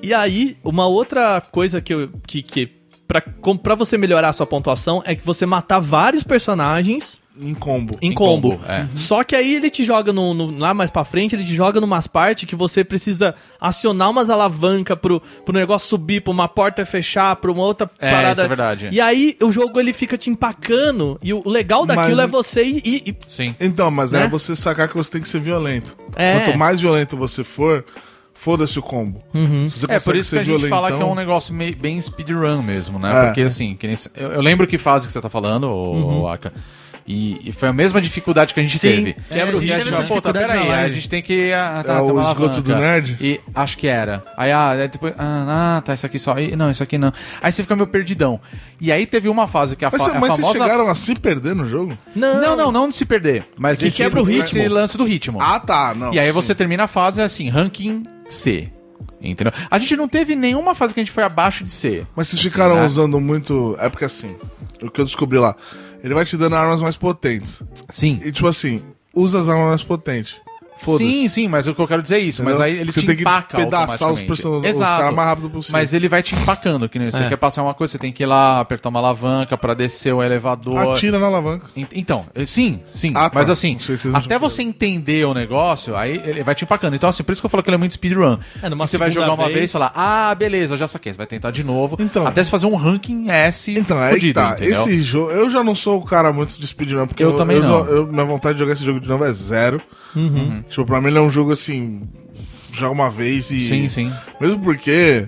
E aí, uma outra coisa que eu. que. que pra, com- pra você melhorar a sua pontuação é que você matar vários personagens
Em combo.
em,
Em combo,
combo.
é.
Só que aí ele te joga no, no- lá mais pra frente, ele te joga numas partes que você precisa acionar umas alavancas pro, pro negócio subir, pra uma porta fechar, pra uma outra
É,
parada.
isso é verdade.
E aí o jogo ele fica te empacando. E o legal daquilo
Mas-
é você ir. ir- ir-
Sim.
Então, mas
Né?
é você sacar que você tem que ser violento.
É.
Quanto mais violento você for, foda-se o combo.
Uhum.
Se você
É, por
consegue
isso que a
ser
gente fala que é
violentão-
um negócio meio- bem speedrun mesmo, né?
É.
Porque assim, que nem se- eu, eu lembro que fase que você tá falando, ô,
Uhum.
ô, Aka. E, e foi a mesma dificuldade que a gente
Sim.
teve.
É, Quebra
o
o
e a
ritmo.
gente
Teve
fala,
essa
pô, tá,
dificuldade
peraí,
na live.
a gente tem que. ah, tá,
É
tem
o
uma
esgoto do
alavanca.
nerd?
E acho que era. Aí, ah, aí depois. Ah, ah, tá, isso aqui só. Ih, não, isso aqui não. Aí você fica meio perdidão. E aí teve uma fase que a,
Mas,
fa
cê-
a
mas vocês
famosa.
chegaram a se perder no jogo?
Não, não, não, não de se perder. Mas
É que
esse-
quebra o
Esse
ritmo.
lance do ritmo.
Ah, tá. Não,
E aí
sim.
você termina a fase assim, ranking C. Entendeu? A gente não teve nenhuma fase que a gente foi abaixo de C.
Mas vocês
Assim,
ficaram
né?
usando muito. É porque assim, o que eu descobri lá, ele vai te dando armas mais potentes.
Sim.
E tipo assim, usa as armas mais potentes. Foda-se.
Sim, sim, mas o que eu quero dizer é isso. Mas
Entendeu?
aí ele
Você
te
tem que
empaca
despedaçar os
automaticamente.
personagens- os
Exato.
caras mais rápido possível.
Mas ele vai te empacando, que nem você
É.
quer passar uma coisa, você tem que ir lá, apertar uma alavanca pra descer o elevador.
Atira na alavanca.
Ent- Então, eh, sim, sim.
Ah, tá.
Mas assim,
Não sei se vocês não
até
tinham
você entender o negócio, aí ele vai te empacando. Então, assim, por isso que eu falo que ele é muito speedrun.
É, numa
E você vai
segunda
jogar uma vez
vez
e falar, ah, beleza, eu já saquei. Você vai tentar de novo.
Então.
até você fazer um ranking S
Então, aí que
fudido,
tá.
entendeu?
Esse jogo. Eu já não sou o cara muito de speedrun, porque
Eu também não. Uhum.
eu- minha vontade de jogar esse jogo de novo é zero. Tipo, pra mim ele é um jogo assim. Joga uma vez e.
Sim, sim.
Mesmo porque.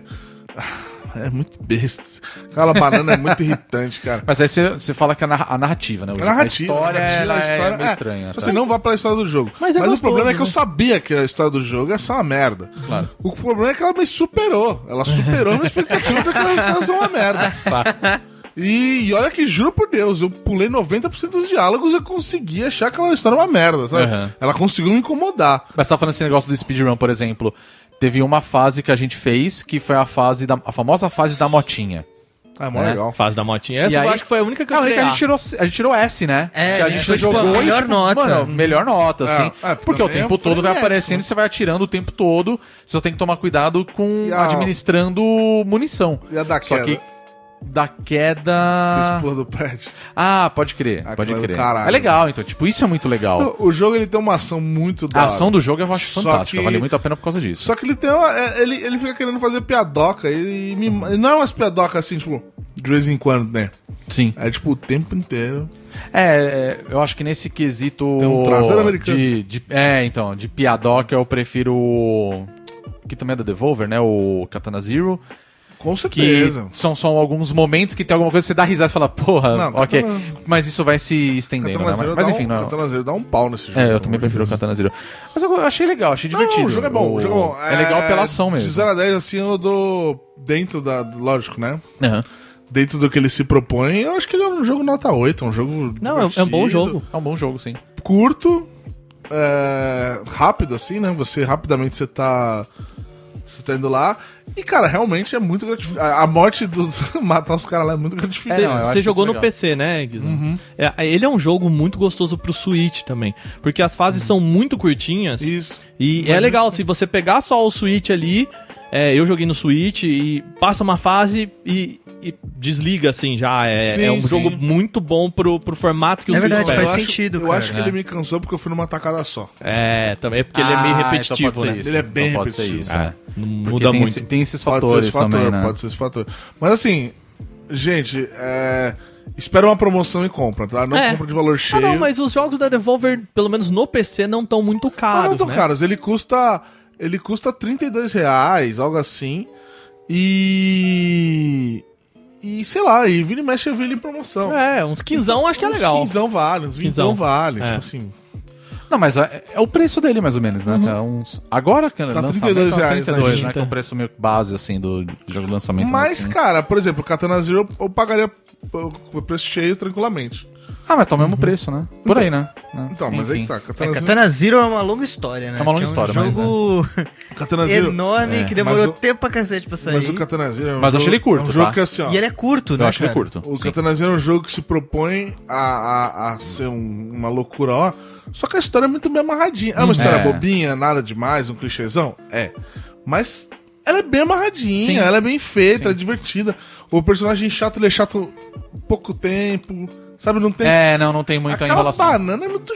É muito besta. Aquela banana é muito irritante, cara.
Mas aí você, você fala que a narra- a narrativa, né?
A narrativa,
a história,
a narrativa,
ela
a
é meio estranha.
Você
tá?
não vai pra história do jogo.
Mas
Mas,
é
o
gostoso,
problema é que eu
né?
sabia que a história do jogo é só uma merda.
Claro.
O problema é que ela me superou. Ela superou a minha expectativa de que ela estava uma merda.
Tá.
E, e olha que juro por Deus, eu pulei 90% dos diálogos e eu consegui achar que ela história uma merda, sabe?
Aham.
Ela conseguiu me incomodar.
Mas você tá falando esse negócio do speedrun, por exemplo. Teve uma fase que a gente fez, que foi a fase da a famosa fase da motinha.
Ah, é mó
É.
legal.
Fase da motinha.
E
Essa eu
aí-
acho que foi a única que
Não,
eu
a única
tirei
que a
A.
gente tirou, C- a gente tirou S, né?
É,
que a
a
gente
gente foi, tipo,
jogou.
a
e,
melhor
tipo,
nota.
Mano, melhor nota, assim.
é,
porque o
também
tempo
é
todo vai
frenético.
aparecendo e você vai atirando o tempo todo. Você só tem que tomar cuidado com
E a-
administrando munição.
E a da
Só
queda?
que da
Você
queda.
explora do prédio.
Ah, pode crer,
Aquela
pode
do
crer.
caralho.
É legal, então, tipo, isso é muito legal.
Então, O jogo ele tem uma ação muito da
A
hora.
ação do jogo eu acho
Só
fantástica,
que-
vale muito a pena por causa disso.
Só que ele tem uma, é, ele, ele fica querendo fazer piadoca e me- e não é umas piadocas assim, tipo, de vez em quando, né?
Sim.
É tipo o tempo inteiro.
É, é, eu acho que nesse quesito.
Tem um traseiro americano.
De, de- é, então, de piadoca eu prefiro. o- Que também é da Devolver, né? O Katana Zero.
Com
Que
certeza.
são só alguns momentos que tem alguma coisa que você dá risada e fala, porra,
Não,
ok.
Katana-
Mas isso vai se estendendo, né?
Catana
Mas,
Zero
mas
dá
enfim,
um,
não.
Catana Zero dá um pau nesse jogo.
É, eu também prefiro o Katana Zero. Mas eu achei legal, achei
Não,
divertido.
o jogo é bom, o jogo é bom.
É legal pela ação
De
mesmo.
0 a 10, assim, eu dou dentro da... Lógico, né?
Aham.
Dentro do que ele se propõe, eu acho que ele é um jogo nota 8, é um jogo
Não, é, é um bom
divertido,
jogo.
É um bom jogo, sim.
Curto, é, rápido, assim, né? Você, rapidamente, você tá... Você tá indo lá. E, cara, realmente é muito gratificante. A a morte do... matar os caras lá é muito gratificante.
Você,
É, não, eu acho
você jogou no
isso legal.
PC, né, Guizão?
Uhum.
É, ele é um jogo muito gostoso pro Switch também. Porque as
Uhum.
fases são muito curtinhas.
Isso.
E é legal, se você pegar só o Switch ali. é, eu joguei no Switch e passa uma fase e, e desliga, assim, já. É,
Sim,
é um
sim.
jogo muito bom pro, pro formato que o
É
Switch
verdade,
pega.
faz
Eu acho-
sentido,
Eu
cara,
acho que
né?
ele me cansou porque eu fui numa tacada só.
É, também, é porque ele é meio
Ah, então
repetitivo,
pode ser
né?
isso,
Ele é bem
então pode ser
repetitivo.
isso,
É,
é.
não
Porque
muda
tem
muito.
esse- tem esses
Pode
fatores
ser esse fator,
também, né?
pode ser esse fator. Mas assim, gente, é, espera uma promoção e compra, tá? Não
É.
compra de valor
Ah,
cheio.
não, mas os jogos da Devolver, pelo menos no PC, não estão muito
Ah,
caros.
não tão
né?
caros. Ele custa, ele custa 32 reais, algo assim. E E sei lá, e vira e mexe eu vi ele em promoção.
É, uns quinzão acho que é legal.
Uns quinzão vale, uns vintão
Quinzão.
vale.
É.
Tipo assim,
Não, mas é, é o preço dele, mais ou menos, né? Tá uns... Agora que
Uhum. Tá
lançamento,
32
tá
reais, né,
32,
gente?
né? Que é o preço meio que base, assim, do do jogo de lançamento.
Mas,
né, assim.
cara, por exemplo, o Katana Zero eu, eu pagaria o preço cheio tranquilamente.
Ah, mas tá o mesmo
Uhum.
preço, né? Por aí, né? Né?
Então, mas aí
Enfim.
que tá.
É,
Katana, Zero,
Katana Zero é uma longa história, né?
É uma longa
Que
história,
É um
mas,
jogo
Katana Zero.
enorme que
É,
mas
demorou
o-
tempo pra cacete pra sair.
Mas o Katana Zero é um
Mas eu achei
jogo-
ele curto,
é um jogo
tá?
que assim, ó.
E ele é curto, né?
Eu acho ele
cara?
curto.
O
sim.
Katana Zero é um jogo que se propõe a, a, a ser um- uma loucura, ó. Só que a história é muito bem amarradinha. É uma história
É.
bobinha, nada demais, um clichêzão? É. Mas ela é bem amarradinha,
Sim.
ela é bem feita, é divertida. O personagem chato, ele é chato pouco tempo. Sabe, não tem.
É, não, não tem muita
Aquela
enrolação.
banana é muito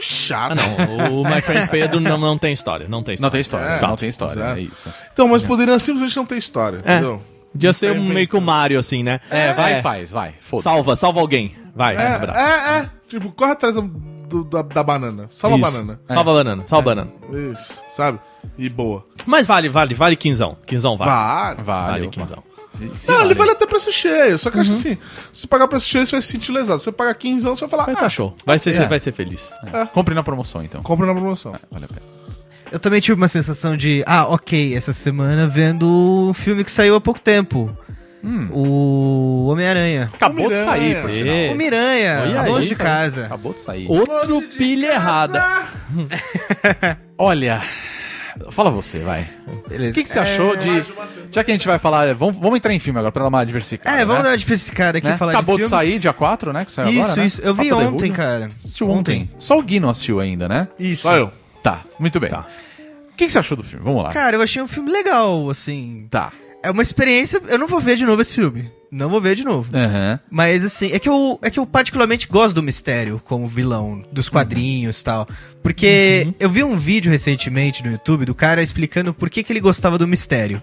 Ah,
chata.
não. O My Friend Pedro não, não tem história. Não tem
Não
história.
tem história,
né?
É,
não tem história,
zero.
é isso.
Então, mas poderia simplesmente não ter história,
É.
entendeu?
Podia ser
tem
um,
muito.
meio que o Mario, assim, né?
É, vai e faz, vai, foda-se.
Salva, salva alguém. Vai,
É,
abraço.
é, é. Tipo, corre atrás do- do- da, da banana. Salva
Isso.
a banana.
É.
Salva a banana, salva a banana.
Isso, sabe? E boa.
Mas vale, vale, vale quinzão. Quinzão vale.
Vale.
Vale,
Vale quinzão.
Se
Não, ele
vale.
vale até preço cheio. Só que eu acho
Uhum.
assim, se você pagar preço cheio, você vai se sentir lesado. Se você pagar 15 anos, você vai falar,
Vai
ah,
tá show. Vai ser,
É.
vai ser feliz.
É. Compre na promoção, então.
compra na promoção.
Vale a pena.
Eu também tive uma sensação de, ah, ok, essa semana vendo um filme que saiu há pouco tempo.
Hum.
O Homem-Aranha.
Acabou de
Miranha.
sair, por sinal.
É.
O Miranha,
Olha
longe
isso,
de
hein?
casa.
Acabou de sair.
Outro pilha errada.
Olha, fala você, vai. O
Beleza.
que, que você achou de... Já que a gente vai falar... Vamos, vamos entrar em filme agora, pra dar uma diversificada,
É, vamos dar
né?
uma diversificada aqui e
Né?
falar
Acabou de,
de filmes.
sair, dia 4, né? Que saiu
Isso,
agora, né?
isso. Eu vi
Fato
ontem,
Derrudo.
cara.
Assistiu ontem. Só o Gui não assistiu ainda, né?
Isso.
Só eu.
Tá, muito bem.
Tá.
O que, que você achou do filme? Vamos lá.
Cara, eu achei um filme legal, assim.
Tá.
É uma experiência. Eu não vou ver de novo esse filme. Não vou ver de novo.
Aham.
Mas assim, é que eu, é que eu particularmente gosto do mistério como vilão, dos quadrinhos e tal. Porque eu vi um vídeo recentemente no YouTube do cara explicando por que, que ele gostava do mistério.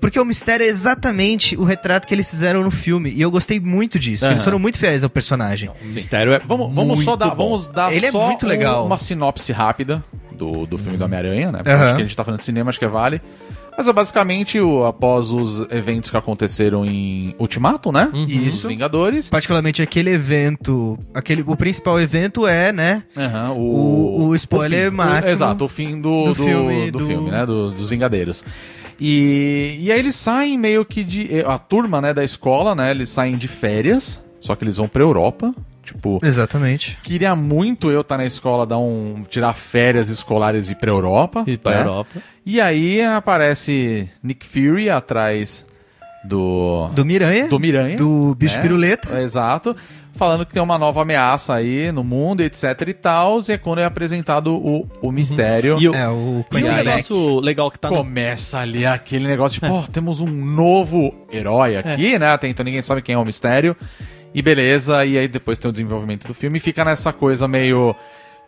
Porque o mistério é exatamente o retrato que eles fizeram no filme. E eu gostei muito disso. que Eles
Aham.
foram muito fiéis ao personagem.
O mistério é.
Vamos, vamos só
muito
dar,
bom.
vamos dar
Ele é
só
muito legal. Uhum.
uma sinopse rápida do, do filme do Homem-Aranha, né? Porque
Aham.
acho que a gente tá falando de cinema, acho que é vale. Mas é basicamente o, após os eventos que aconteceram em Ultimato, né?
Uhum.
Isso. Os Vingadores.
Particularmente aquele evento. Aquele, o principal evento é, né?
Aham,
O- o spoiler
fim,
máximo
exato, o fim do,
do
do,
filme,
filme,
do-
do filme, né? Dos, dos Vingadeiros. E, e aí eles saem meio que de. A turma, né, da escola, né? Eles saem de férias, só que eles vão pra Europa. Tipo,
Exatamente.
queria muito eu estar na escola, dar um. tirar férias escolares e ir pra Europa.
E pra
né?
Europa.
E aí aparece Nick Fury atrás do.
Do Miranha. É.
do Miranha.
do Bicho
né?
Piruleta.
Exato. Falando que tem uma nova ameaça aí no mundo, etc e tal. E é quando é apresentado o, o mistério.
Uhum. E o,
É, o
e
Quentin
um
aí-
Beck.
negócio legal que tá no
Começa ali aquele negócio tipo, ó, temos um novo
É.
herói aqui, né? Até então ninguém sabe quem é o mistério. E beleza, e aí depois tem o desenvolvimento do filme. E fica nessa coisa meio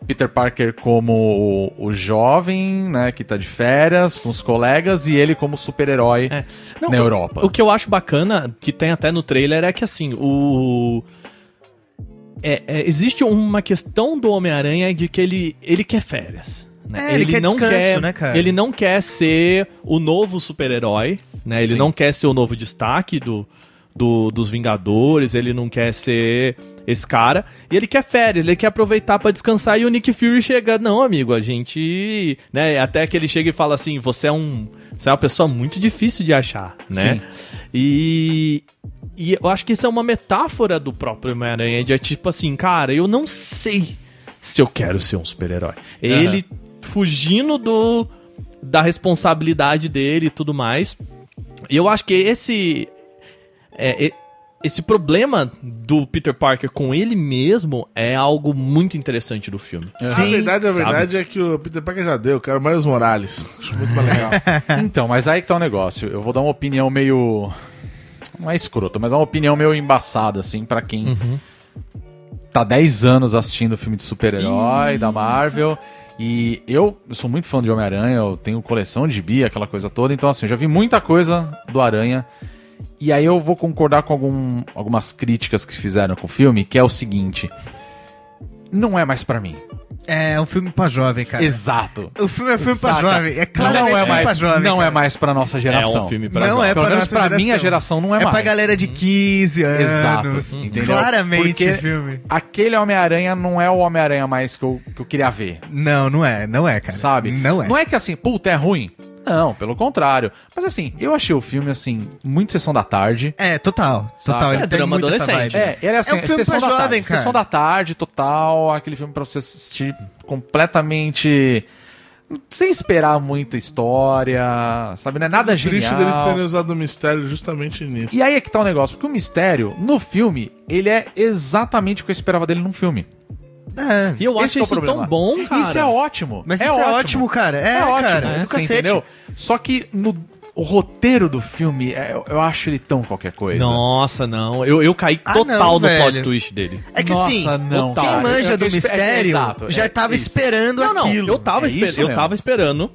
Peter Parker como o, o jovem, né? Que tá de férias com os colegas. E ele como super-herói
É. Não,
na
o-
Europa.
O que eu acho bacana, que tem até no trailer, é que assim, o. É, é, existe uma questão do Homem-Aranha de que ele, ele quer férias. Né?
É, ele quer descanso, né, cara?
Ele não quer ser o novo super-herói, né? Ele
Sim.
não quer ser o novo destaque do, do- dos Vingadores, ele não quer ser esse cara. E ele quer férias, ele quer aproveitar pra descansar e o Nick Fury chega, não, amigo, a gente, né, até que ele chega e fala assim, você é um, você é uma pessoa muito difícil de achar, né? E e eu acho que isso é uma metáfora do próprio Homem-Aranha, de é tipo assim, cara, eu não sei se eu quero ser um super-herói. É
Aham.
Ele fugindo do da responsabilidade dele e tudo mais. E eu acho que esse é, e- esse problema do Peter Parker com ele mesmo é algo muito interessante do filme.
Ah, a verdade, a verdade é que o Peter Parker já deu, eu quero Miles Morales. Acho muito mais legal.
É.
Então, mas aí que tá o negócio. Eu vou dar uma opinião meio. Não é escrota, mas é uma opinião meio embaçada, assim, pra quem
Hum.
tá 10 anos assistindo filme de super-herói da Marvel. E eu, eu sou muito fã de Homem-Aranha, eu tenho coleção de bi, aquela coisa toda. Então, assim, eu já vi muita coisa do Aranha. E aí eu vou concordar com algum- algumas críticas que fizeram com o filme, que é o seguinte. não é mais pra mim.
É um filme pra jovem, cara.
Exato.
O filme é filme
Exata.
pra jovem. É claramente
Não é
filme pra
mais,
jovem.
não é
cara.
mais pra nossa geração.
um filme pra
Não
jovem.
é pra
Pelo menos
nossa
pra minha geração não é, mais. Hum.
pra galera de 15 anos. Hum.
Exato. Entendeu?
Claramente
Porque
filme.
Aquele Homem-Aranha não é o Homem-Aranha mais que eu, que eu queria ver,
Não, não é. Não é, cara.
sabe?
Não é.
Não é que assim, puta, é ruim. Não, pelo contrário. Mas assim, eu achei o filme, assim, muito sessão da tarde.
É, total. Total.
É
Ele tem
drama
muito essa
adolescente.
vibe.
É, ele é assim,
um filme
sessão
pra
da
jovem,
tarde.
cara.
Sessão da tarde, total. Aquele filme pra você assistir completamente. Sem esperar muita história, sabe? Não é nada
Triste
genial.
deles terem usado o mistério justamente nisso.
E aí é que tá o negócio, porque o mistério, no filme, ele é exatamente o que eu esperava dele num filme.
É.
E eu acho
Esse é o
isso tão
problema.
bom, cara.
Isso é ótimo.
Mas isso é ótimo, cara. É,
É, ótimo,
cara. É
né?
do
Você
cacete.
entendeu? Só que no o roteiro do filme, é, eu, eu acho ele tão qualquer coisa.
Nossa, não. Eu, eu caí
Ah,
total
não,
no plot
velho.
twist dele.
É que
Nossa,
assim,
não,
quem
cara.
manja
Eu-
do
eu espe- é,
mistério
exato,
já tá
é
tava
isso.
esperando
Não, não,
aquilo.
eu tava,
É
esper-
isso
eu
mesmo.
tava esperando.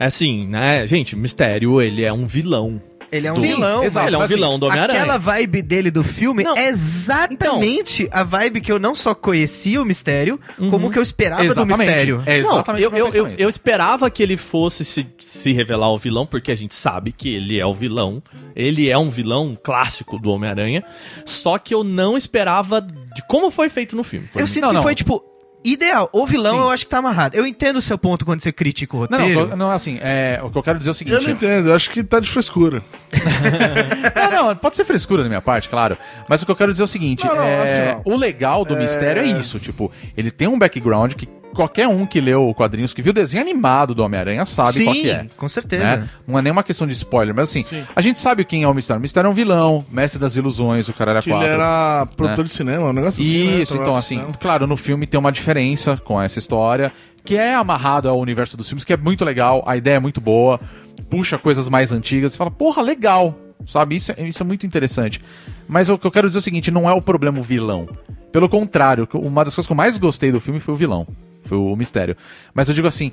Assim, né? Gente, Mistério, ele é um vilão.
Ele é um
Sim,
vilão,
exato.
mas
ele é um
assim,
vilão do Homem-Aranha.
Aquela vibe dele do filme
Não.
é exatamente
Então.
a vibe que eu não só conhecia o mistério,
Uhum.
como que eu esperava do mistério.
É
Não,
exatamente
eu,
o meu
eu, eu,
pensamento.
eu esperava que ele fosse se, se revelar o vilão, porque a gente sabe que ele é o vilão. Ele é um vilão clássico do Homem-Aranha. Só que eu não esperava de como foi feito no filme. Foi
Eu
muito-
sinto
Não,
que
não.
foi, tipo, ideal. O vilão eu acho que tá amarrado. Eu entendo o seu ponto quando você critica o
Não,
roteiro.
não, não, assim, é, o que eu quero dizer é o seguinte.
Eu não entendo, eu acho que tá de frescura.
Ah, não, pode ser frescura da minha parte, claro. Mas o que eu quero dizer é o seguinte:
Não, não,
é,
assim, ó.
o legal do mistério é isso. Tipo, ele tem um background que qualquer um que leu o quadrinhos, que viu o desenho animado do Homem-Aranha, sabe
Sim,
qual que é.
com certeza.
Né? Não é nenhuma questão de spoiler, mas assim, a gente sabe quem é o Mistério. O Mistério é um vilão, mestre das ilusões, o cara era
Que ele
É quatro.
era produtor de cinema, um negócio assim. né?
Isso,
Trabalhava
então
com
assim,
cinema.
claro, no filme tem uma diferença com essa história, que é amarrado ao universo dos filmes, que é muito legal, a ideia é muito boa, puxa coisas mais antigas e fala, porra, legal, sabe? Isso, é- isso é muito interessante. Mas o que eu quero dizer é o seguinte, não é o problema o vilão. Pelo contrário, o que- uma das coisas que eu mais gostei do filme foi o vilão, foi o mistério. Mas eu digo assim,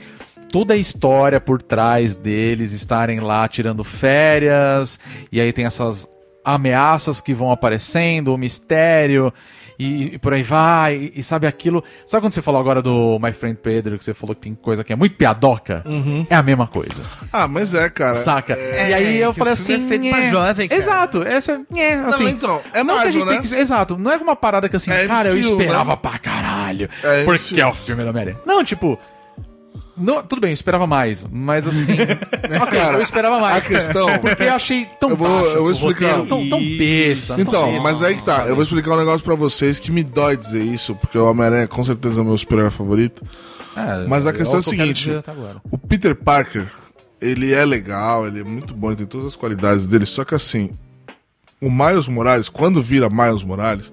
toda a história por trás deles estarem lá tirando férias, e aí tem essas ameaças que vão aparecendo, o mistério, e, e por aí vai, e, e sabe aquilo. Sabe quando você falou agora do My Friend Pedro, que você falou que tem coisa que é muito piadoca? É a mesma coisa,
Ah, mas é, cara.
saca?
É,
e aí
é,
eu
que
falei
o filme
assim.
é feito pra
"Nhé".
jovem, cara.
Exato, essa é. Assim,
não, então, é
não que a
Marvel,
gente
né?
tem que. Exato, não é uma parada que assim,
É
cara, eu
MCU, né?
esperava pra caralho.
É
porque
MCU.
é o filme da Homem-Aranha. Não, tipo. não- tudo bem, eu esperava mais, mas assim. ok,
Cara,
eu esperava mais.
a questão-
Porque eu achei tão
Eu vou-
baixo
eu vou
esse roteiro,
explicar.
Tão, tão besta. tão
Então,
besta,
mas aí que tá. Eu vou explicar um negócio pra vocês que me dói dizer isso, porque o Homem-Aranha com certeza é o meu super-herói favorito.
É,
Mas a
o
questão é o
que eu quero
seguinte.
dizer até agora.
O Peter Parker, ele é legal, ele é muito bom, ele tem todas as qualidades dele, só que assim, o Miles Morales, quando vira Miles Morales,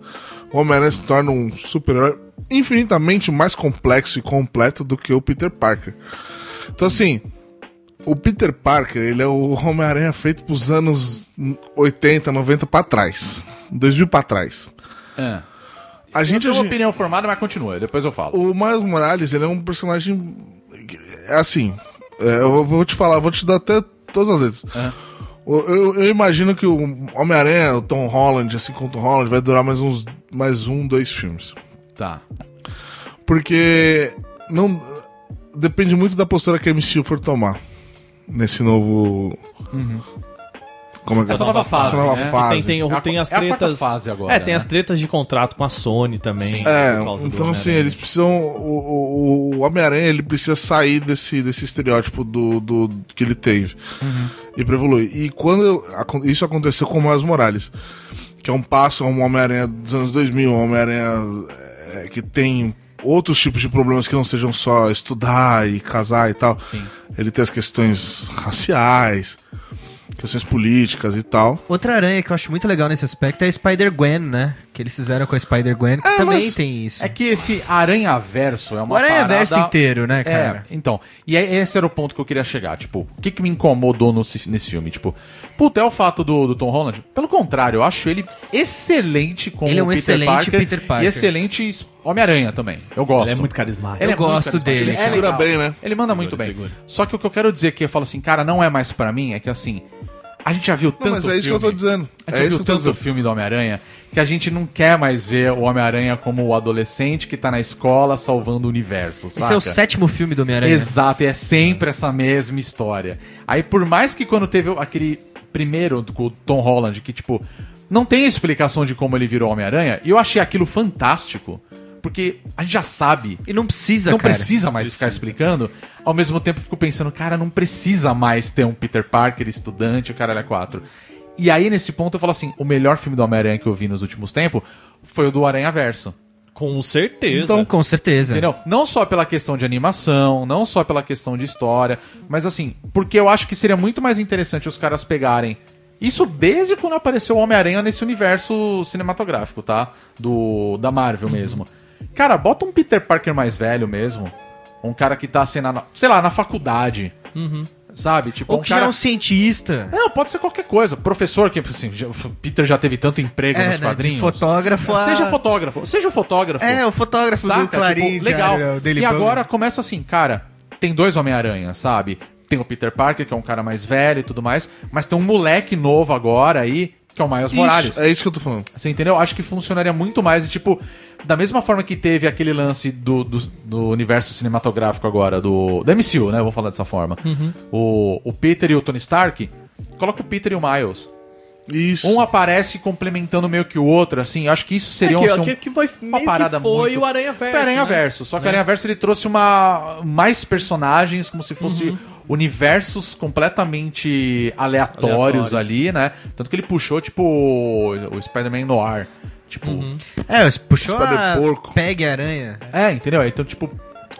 o Homem-Aranha se torna um super-herói infinitamente mais complexo e completo do que o Peter Parker. Então assim, o Peter Parker, ele é o Homem-Aranha feito pros anos 80, 90 pra trás. 2000 pra trás.
É.
A
Eu
gente,
tenho uma
hoje-
opinião formada, mas continua, depois eu falo.
o Miles Morales, ele é um personagem. é Assim, é, eu vou te falar, vou te dar até todas as letras. Eu, eu- eu imagino que o Homem-Aranha, o Tom Holland, assim como o Tom Holland, vai durar mais uns. Mais um, dois filmes.
Tá.
Porque. Não. Depende muito da postura que a MCU for tomar. Nesse novo. Como é que
Uhum. Essa
é?
nova fase,
Essa nova
né?
Tem,
fase.
tem,
É a
tem
qu-
as
é a quarta
tretas.
fase agora,
é, tem
né?
as tretas de contrato com a Sony também.
É,
por causa do
então assim,
Homem-Aranha.
eles precisam. O, o, o Homem-Aranha ele precisa sair desse, desse estereótipo do, do, que ele teve e pra evoluir. E quando acon- isso aconteceu com o Miles Morales, que é um passo, um Homem-Aranha dos anos 2000, um Homem-Aranha é, que tem outros tipos de problemas que não sejam só estudar e casar e tal. Ele tem as questões raciais, questões políticas e tal.
Outra aranha que eu acho muito legal nesse aspecto é a Spider-Gwen, né? Que eles fizeram com a Spider-Gwen, que
É,
também
mas-
tem isso.
É que esse aranhaverso é uma
o aranha-verso
parada-
inteiro, né,
É,
cara?
então. E aí, esse era o ponto que eu queria chegar. Tipo, o que, que me incomodou no- nesse filme? Tipo, puta, é o fato do, do Tom Holland? Pelo contrário, eu acho ele excelente como
Ele é um
Peter
excelente
Parker,
Peter Parker.
E excelente Homem-Aranha também. Eu gosto.
Ele é muito carismático.
Eu gosto
carismático,
dele,
Ele
cara.
segura
Segura
bem,
bem,
né?
né?
Ele manda muito
Segura,
bem.
segura.
Só que o que eu quero dizer que eu falo assim, cara, não é mais pra mim, é que assim. A gente já viu tanto
Não, mas é isso que eu tô
filme-
dizendo.
a gente
É
já
isso
viu
que eu tô
tanto
dizendo.
filme do Homem-Aranha que a gente não quer mais ver o Homem-Aranha como o adolescente que tá na escola salvando o universo, saca?
Esse é o sétimo filme do Homem-Aranha.
Exato, e é sempre essa mesma história. Aí, por mais que quando teve aquele primeiro com o Tom Holland, que tipo, não tem explicação de como ele virou Homem-Aranha, eu achei aquilo fantástico. Porque a gente já sabe
E não precisa,
não
cara.
precisa mais ficar explicando. Ao mesmo tempo, eu fico pensando, cara, não precisa mais ter um Peter Parker estudante, o caralho é quatro. E aí, nesse ponto, eu falo assim: o melhor filme do Homem-Aranha que eu vi nos últimos tempos foi o do Aranha Verso.
Com certeza.
Então, com certeza.
Entendeu? Não só pela questão de animação, não só pela questão de história, mas assim, porque eu acho que seria muito mais interessante os caras pegarem. Isso desde quando apareceu o Homem-Aranha nesse universo cinematográfico, tá? Do da Marvel
Uhum.
mesmo. Cara, bota um Peter Parker mais velho mesmo. Um cara que tá assim, na, sei lá, na faculdade. Sabe? Tipo,
Ou
um
Uhum. que já
cara.
é um cientista.
Não, pode ser qualquer coisa. Professor, que assim, já- o Peter já teve tanto emprego
É,
nos
né, de
quadrinhos.
fotógrafo a-
Seja fotógrafo. Seja um fotógrafo.
É, o fotógrafo
Saca?
do Clarim,
Tipo, legal.
diário, o Daily
e
Bugle.
agora começa assim, cara, tem dois Homem-Aranha, sabe? Tem o Peter Parker, que é um cara mais velho e tudo mais, mas tem um moleque novo agora aí, que é o Miles Morales.
Isso, é isso que eu tô falando.
Você entendeu? Acho que funcionaria muito mais, e, tipo, da mesma forma que teve aquele lance do, do, do universo cinematográfico agora, do, do MCU, né? Vou falar dessa forma.
Uhum.
O, o Peter e o Tony Stark, coloca o Peter e o Miles.
Isso.
Um aparece complementando meio que o outro, assim. Acho que isso seria
É que-
assim,
que- que foi- meio que foi o Aranha Verso,
Foi Aranha
né?
Verso. Só que o Aranha Verso ele trouxe uma mais personagens, como se
Uhum.
fosse universos completamente
Aleatórios.
aleatórios, ali, né? Tanto que ele puxou tipo o o Spider-Man no ar, tipo.
Uhum.
É, mas puxou
Espada de
a...
porco.
Pegue aranha.
É, entendeu? Então tipo,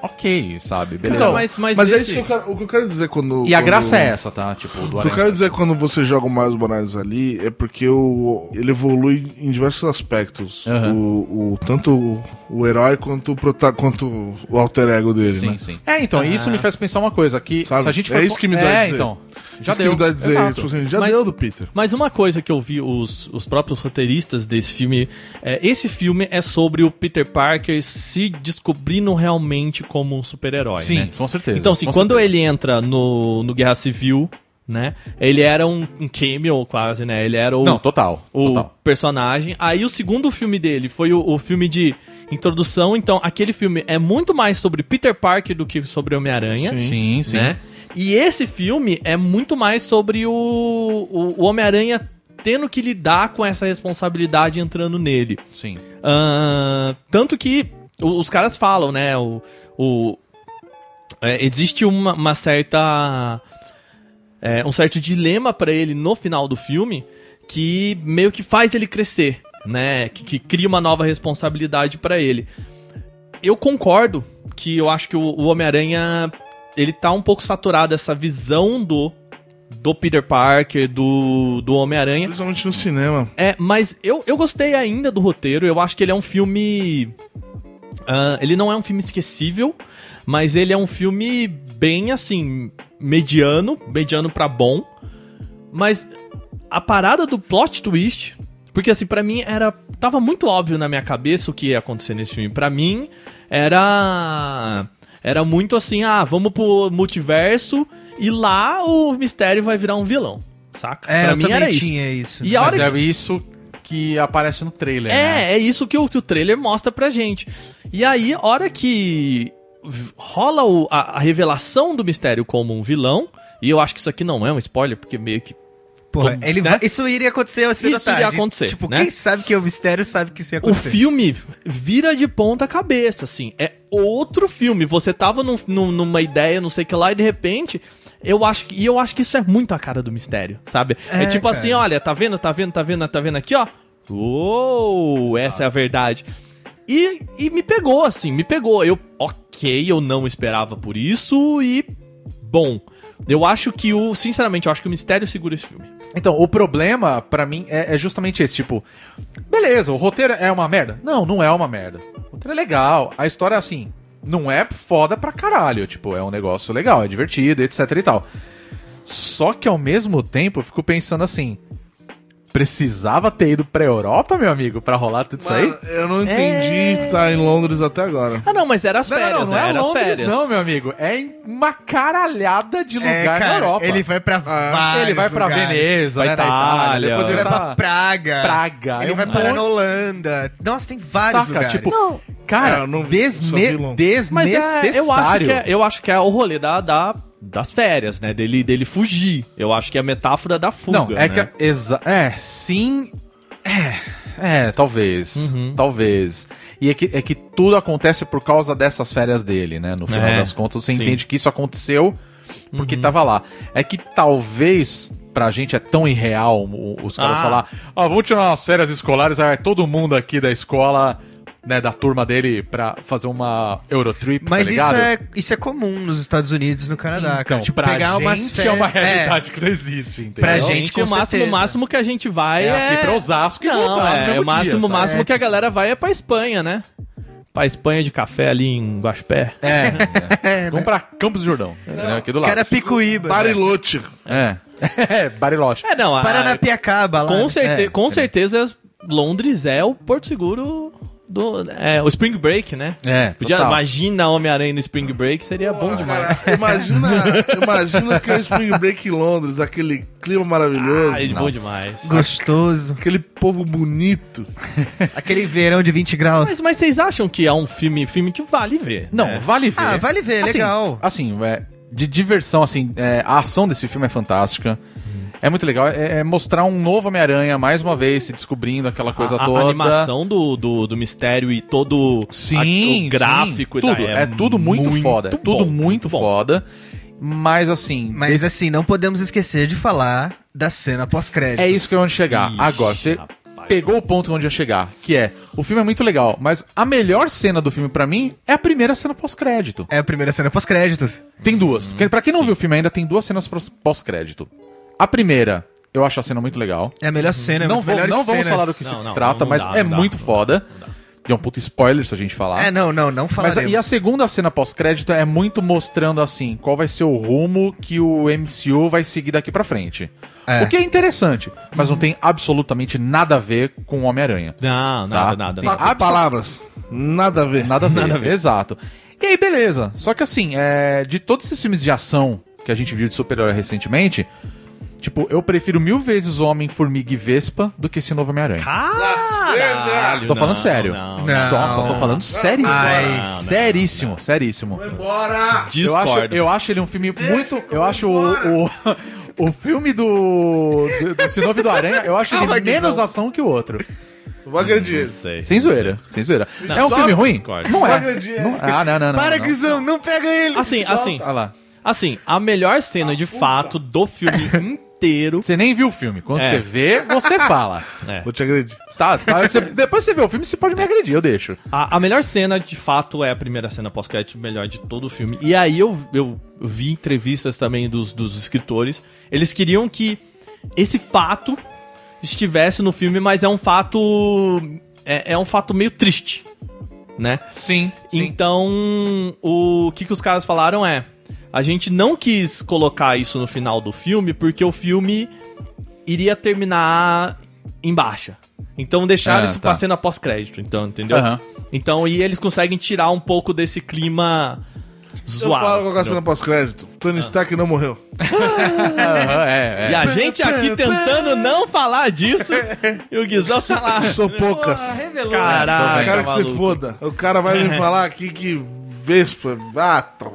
ok, sabe? Beleza.
Então,
Mas-
mas,
mas
é
esse-
isso que eu quero, o que eu quero dizer quando.
E a
quando-
graça é essa, tá? Tipo do
O que eu
Aranha.
quero dizer quando você joga o Miles Morales ali é porque o, ele evolui em diversos aspectos.
Aham.
O, o- tanto o, o herói quanto o, prota, quanto o alter ego dele, né?
Sim, sim. É, então, isso me faz pensar uma coisa que
Sabe?
se a gente
É isso que me dá a
É,
dizer.
então. Já
isso
deu.
que me dá a dizer,
Exato.
tipo assim, já
Mas-
deu do Peter.
Mas uma coisa que eu vi os, os próprios roteiristas desse filme, é, esse filme é sobre o Peter Parker se descobrindo realmente como um super-herói,
Sim,
né?
com certeza.
Então, assim,
com
quando
certeza.
ele entra no, no Guerra Civil, né? Ele era um, um cameo quase, né? Ele era o,
Não, total.
o
Total.
personagem. Aí o segundo filme dele foi o, o filme de introdução. Então, aquele filme é muito mais sobre Peter Parker do que sobre Homem-Aranha.
Sim, sim.
Né? E esse filme é muito mais sobre o, o, o Homem-Aranha tendo que lidar com essa responsabilidade entrando nele.
Sim.
Ah, tanto que o- os caras falam, né? O, o- é, existe uma, uma certa. é, um certo dilema pra ele no final do filme que meio que faz ele crescer, né? Que, que cria uma nova responsabilidade pra ele. Eu concordo que eu acho que o, o Homem-Aranha ele tá um pouco saturado essa visão do do Peter Parker, do, do Homem-Aranha.
Principalmente no cinema.
É, mas eu, eu gostei ainda do roteiro. Eu acho que ele é um filme. ah, ele não é um filme esquecível, mas ele é um filme bem assim. mediano, mediano pra bom. Mas a parada do plot twist. Porque assim, pra mim era. Tava muito óbvio na minha cabeça o que ia acontecer nesse filme. Pra mim, era. Era muito assim, ah, vamos pro multiverso e lá o mistério vai virar um vilão. Saca?
É,
pra
eu
mim
também
era isso.
tinha isso.
E
né?
a hora
Mas
que-
é isso que aparece no trailer,
É,
né?
é isso que o, que o trailer mostra pra gente. E aí, hora que v- rola o- a, a revelação do mistério como um vilão, e eu acho que isso aqui não é um spoiler, porque meio que.
Porra,
Como-
ele
né?
vai- isso iria acontecer às seis da
Isso iria
tarde.
acontecer,
Tipo,
né?
quem sabe que é o mistério sabe que isso ia
O
acontecer.
filme vira de ponta cabeça, assim. É outro filme. Você tava num- num- numa ideia, não sei o que lá, e de repente. Eu acho que, e eu acho que isso é muito a cara do mistério, sabe? É,
É,
tipo
cara.
assim, olha, tá vendo, tá vendo, tá vendo, tá vendo aqui, ó. Uou, essa é a verdade. E, e me pegou, assim, me pegou. Eu, ok, eu não esperava por isso e. Bom. Eu acho que o. Sinceramente, eu acho que o mistério segura esse filme.
Então, o problema, pra mim, é, é justamente esse, tipo, beleza, o roteiro é uma merda? Não, não é uma merda. O roteiro é legal, a história, assim, não é foda pra caralho, tipo, é um negócio legal, é divertido, etc e tal. Só que, ao mesmo tempo, eu fico pensando assim, Precisava ter ido pra Europa, meu amigo, pra rolar tudo isso aí?
Mano, eu não
É.
entendi estar tá em Londres até agora.
Ah, não, mas era as férias, né? era as férias.
é não, meu amigo. É em uma caralhada de lugar
É, cara,
na Europa.
Ele vai pra vários
Ele vai pra
lugares.
Veneza,
Vai
né, na
Itália.
Itália, Depois
Ele
ele
vai
tá...
pra Praga.
Praga.
Ele
É
vai
um
parar
monte-
na Holanda. Nossa, tem vários lugares.
tipo, cara,
É, eu não- só vi
desne...
Londres.
Mas é,
desnecessário.
eu, acho que é, eu acho que é o rolê da, da- das férias, né? Dele, dele fugir. Eu acho que é a metáfora da fuga.
Não, é
né?
que. a- exa- é, sim. É, é talvez.
Uhum.
Talvez. E é que, é que tudo acontece por causa dessas férias dele, né? No final
É,
das contas, você
sim.
entende que isso aconteceu porque
Uhum.
tava lá. É que talvez. Pra gente é tão irreal o- os caras
Ah.
falar, ah, vamos tirar umas férias escolares, aí vai todo mundo aqui da escola, né, da turma dele pra fazer uma Eurotrip,
Mas
tá
isso,
ligado? Então,
é, isso é comum nos Estados Unidos e no Canadá, cara. Tipo,
pra
pegar umas
gente
férias...
é uma realidade que não existe, entendeu?
Pra
Então,
gente, com
o máximo,
certeza.
o máximo que a gente vai é,
É aqui pra Osasco e
Não,
voltar no
é,
mesmo
o máximo,
dia, tipo
o máximo
sabe?
que a galera vai é pra Espanha, né? Pra Espanha de café ali em Guaxpé.
É. Vamos pra Campos do Jordão. entendeu? Aqui do
É.
lado.
né? Cara, Picuíba.
Barilote.
É. é, Bariloche.
É, não, a-
Paranapiacaba lá.
com, certe
É,
com
é.
certeza Londres é o porto seguro do... É, o Spring Break, né?
É,
Podia,
total.
imagina Homem-Aranha no Spring Break, seria bom demais.
Cara, imagina, imagina que é o Spring Break em Londres, aquele clima maravilhoso.
Ai, bom
Nossa.
demais.
Gostoso.
Aquele povo bonito.
Aquele verão de 20 graus.
Mas, mas vocês acham que é um filme, filme que vale ver?
Não,
né?
vale ver.
Ah, vale ver,
Assim,
legal.
Assim, é, de diversão, assim, é, a ação desse filme é fantástica.
Uhum.
É muito legal. É, é mostrar um novo Homem-Aranha, mais uma vez, se descobrindo aquela coisa
a, a
toda.
animação do, do, do mistério e todo a-
Sim,
o gráfico
sim,
e
tudo. É, tudo muito, foda. É tudo
bom,
muito
bom.
foda. Mas assim.
Mas assim, não podemos esquecer de falar da cena pós-crédito.
É isso que eu ia chegar.
Ixi,
Agora, você
rapaz.
pegou o ponto onde ia chegar, que é, o filme é muito legal, mas a melhor cena do filme pra mim é a primeira cena pós-crédito.
É a primeira cena pós-créditos.
Tem duas. Porque Pra quem não viu o filme ainda, tem duas cenas pros- pós-crédito. A primeira, eu acho a cena muito legal.
É a melhor cena, é uma
não
das
vou-
melhores
não vamos
cenas.
falar do que
Não,
se
não,
trata,
não
mas
dá,
é
não dá,
muito
não dá,
foda. E é um puta spoiler se a gente falar.
É, não, não, não
Mas a-
falaremos.
e a segunda cena pós-crédito é muito mostrando assim qual vai ser o rumo que o MCU vai seguir daqui pra frente.
É.
O que é interessante, mas não tem absolutamente nada a ver com o Homem-Aranha.
Não, nada,
Tá.
nada.
Tem
nada.
absolut-
Palavras. Nada a ver.
Nada a ver. Exato. E aí, beleza. Só que assim, é, de todos esses filmes de ação que a gente viu de super-herói recentemente, tipo, eu prefiro mil vezes Homem-Formiga e Vespa do que esse novo Homem-Aranha.
Ah!
Caralho,
Tô falando
não,
sério.
não,
Não.
Nossa, tô falando sério.
Ai,
não,
seríssimo, seríssimo.
Bora!
Eu acho,
Discordo.
eu acho ele um filme muito. Eu acho o, o, o filme do. do, do Sinove do Aranha, eu acho ele menos ação que o outro.
Vai ganhar dinheiro.
sei.
Sem zoeira, sem zoeira. é um
Só
filme ruim?
discordo.
Não
Vai
é.
ganhar dinheiro.
Não- ah, não, não, não.
Para,
não.
Guizão, não pega ele!
Assim, assim,
Olha lá.
assim, a melhor cena
Tá
de fato do filme inteiro.
Você nem viu o filme. Quando
É.
você vê, você fala.
É.
Vou te agredir.
Tá, tá, você- depois você vê o filme, você pode me agredir, eu deixo.
A, a melhor cena, de fato, é a primeira cena pós-crédito, melhor de todo o filme. E aí eu, eu vi entrevistas também dos, dos escritores. Eles queriam que esse fato estivesse no filme, mas é um fato. É, é um fato meio triste, né?
Sim,
Então, o que, que os caras falaram é: a gente não quis colocar isso no final do filme porque o filme iria terminar em baixa. Então deixaram
Ah,
isso
tá.
pra cena pós-crédito, então, entendeu?
Aham.
Então, e eles conseguem tirar um pouco desse clima
Eu falo
zoado.
com a cena
entendeu?
pós-crédito. Tony
Ah.
Stark não morreu.
Aham, é, é.
E a gente aqui tentando não falar disso, e o Guizão tá lá. né?
Sou poucas.
Caralho,
Ah, então
Eu quero que você
maluco.
foda. O cara vai me falar aqui que Vespa. Ah, to-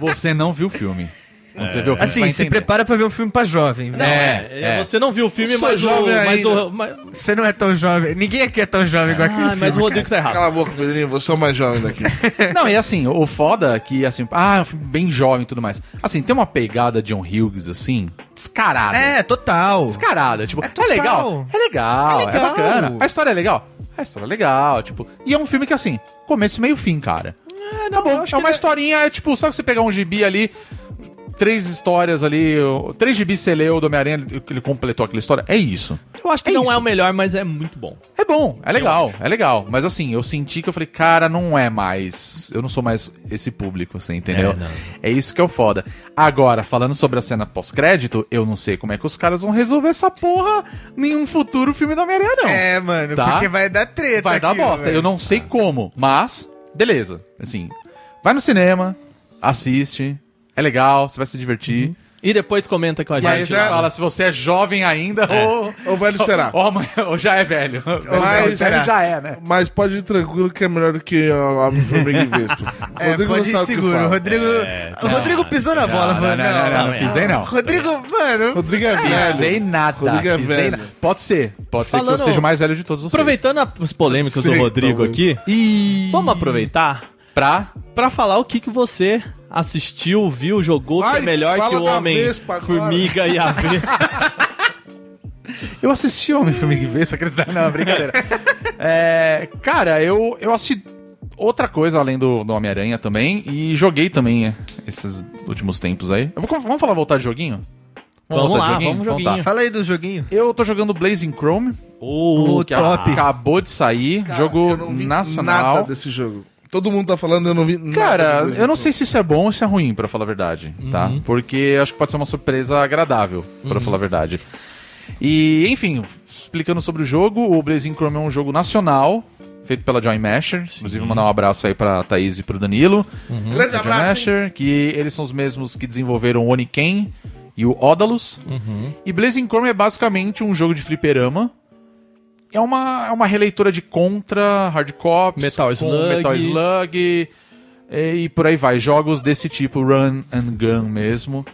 Você não viu o filme. Quando você vê o filme, você
Assim,
vai
se
entender.
prepara pra ver um filme pra jovem.
Não,
né?
é,
É, é.
Você não viu o filme,
Sou
mas o,
jovem
mas
ainda.
o. Mas,
Você não é tão jovem. Ninguém aqui é tão jovem igual aquele
ah, mas o
filme.
Rodrigo tá errado.
Cala a boca, Pedrinho. Você é o mais jovem daqui.
Não, e assim, o foda é que, assim, ah, é um filme bem jovem e tudo mais. Assim, tem uma pegada de John Hughes, assim, descarada.
É, total.
Descarada, tipo, é,
total.
legal, é legal,
É
é
legal.
bacana. A história é legal? A história é legal, tipo. E é um filme que, assim, é começo, meio, fim, cara. É, tá bom. É uma historinha, é tipo, sabe você pegar um gibi ali, três histórias ali, o- três gibis você leu do Homem-Aranha, ele- ele completou aquela história. É isso.
Eu acho que
É
não
isso.
é o melhor, mas é muito bom.
É bom, é legal, é legal. Mas assim, eu senti que eu falei, cara, não é mais. Eu não sou mais esse público, assim, entendeu?
É, não.
É, isso que é o foda. Agora, falando sobre a cena pós-crédito, eu não sei como é que os caras vão resolver essa porra em um futuro filme do Homem-Aranha, não.
É, mano,
Tá.
porque vai dar treta.
Vai dar
aquilo,
bosta.
velho.
Eu não sei como, mas beleza. Assim, vai no cinema, assiste, é legal, você vai se divertir.
E depois comenta com a
E aí
gente.
você fala se você é jovem ainda ou.
Ou velho será?
Ou, amanhã- ou já é velho.
Mas-
Velho já é, né?
Mas pode ir tranquilo que é melhor do que a, a Formiga e Vespa.
É, pode ir
sabe o que
seguro.
fala.
O Rodrigo, o Rodrigo pisou na bola,
É, tá, Ah, não,
mano.
não, não, não, não pisei não.
Rodrigo, mano.
Rodrigo é velho.
Pisei nada.
Rodrigo é
pisei
velho.
na- Pode ser. Pode ser
Falando-
que eu seja o mais velho de todos vocês.
Aproveitando as polêmicas
Sei,
do Rodrigo
talvez.
aqui,
E.
vamos aproveitar
Pra.
pra falar o que, que você assistiu, viu, jogou, que
Ai,
é melhor
fala
que o
da
Homem,
Vespa agora.
Formiga e a Vespa.
Eu assisti Homem Filme que Vê, só que eles- Não, brincadeira. É, cara, eu, eu assisti outra coisa além do, do Homem-Aranha também. E joguei também esses últimos tempos aí. Eu vou- vamos falar voltar de joguinho?
Vamos
voltar de
lá, vamos
Então tá.
joguinho.
Fala aí do joguinho.
Eu tô jogando Blazing Chrome,
Ô,
que acabou de sair,
Eu
jogo
não vi
nacional.
Nada desse jogo. Todo mundo tá falando, eu não vi nada.
Cara,
desse
eu não
jogo.
sei se isso é bom ou se é ruim, pra falar a verdade, tá? Porque acho que pode ser uma surpresa agradável, pra falar a verdade. E, enfim, explicando sobre o jogo, o Blazing Chrome é um jogo nacional, feito pela Joy Masher. Inclusive, mandar um abraço aí pra Thaís e pro Danilo.
Grande
Da Joy
abraço, hein?
Masher, que eles são os mesmos que desenvolveram o Oniken e o Odalus.
Uhum.
E Blazing Chrome é basicamente um jogo de fliperama. É uma, é uma releitura de Contra, Hard Cops,
Metal
com
Slug.
Metal Slug e por aí vai. Jogos desse tipo, run and gun mesmo.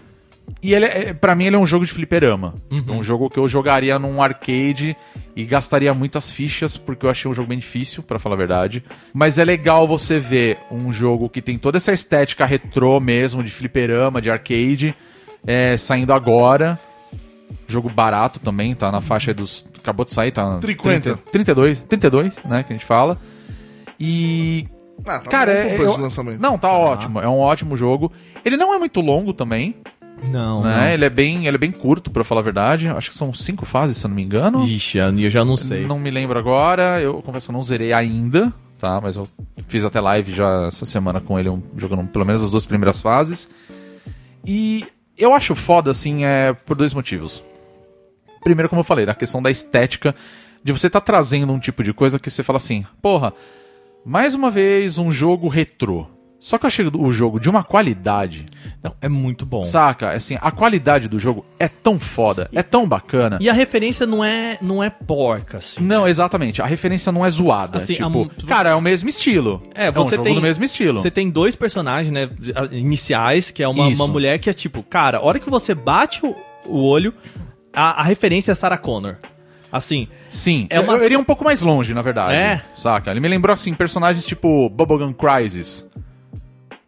E ele é, para mim ele é um jogo de fliperama. Tipo,
Uhum.
é um jogo que eu jogaria num arcade e gastaria muitas fichas, porque eu achei um jogo bem difícil, pra falar a verdade. Mas é legal você ver um jogo que tem toda essa estética retrô mesmo, de fliperama, de arcade, é, saindo agora. Jogo barato também, tá na faixa aí dos. Acabou de sair, tá.
50.
32, 32, né? Que a gente fala. E,
Ah, tá
cara,
bom,
é,
bom preço
eu-
de lançamento.
não, tá ótimo. É um ótimo jogo. Ele não é muito longo também,
Não,
né? Ele é bem, ele é bem curto, pra falar a verdade. Acho que são cinco fases, se eu não me engano.
não. Ixi, eu já não sei.
Não me lembro agora. Eu confesso que eu não zerei ainda, tá? Mas eu fiz até live já essa semana com ele, um- jogando pelo menos as duas primeiras fases. E eu acho foda, assim, é, por dois motivos. Primeiro, como eu falei, da questão da estética, de você tá trazendo um tipo de coisa que você fala assim, porra, mais uma vez um jogo retrô. Só que eu achei o jogo de uma qualidade,
Não, é muito bom.
saca? Assim, a qualidade do jogo é tão foda, é tão bacana.
E a referência não é, não é porca, assim.
Não, exatamente. A referência não é zoada.
Assim, a
tipo,
mu-
cara, é o mesmo estilo.
É,
um
você
jogo
tem-
do mesmo estilo.
Você tem dois personagens, né, iniciais, que é uma,
Isso.
uma mulher que é tipo, cara, a hora que você bate o, o olho, a, a referência é Sarah Connor. Assim,
Sim.
é uma-
Eu, eu iria um pouco mais longe, na verdade.
É?
Saca? Ele me lembrou, assim, personagens tipo Bubblegum Crisis.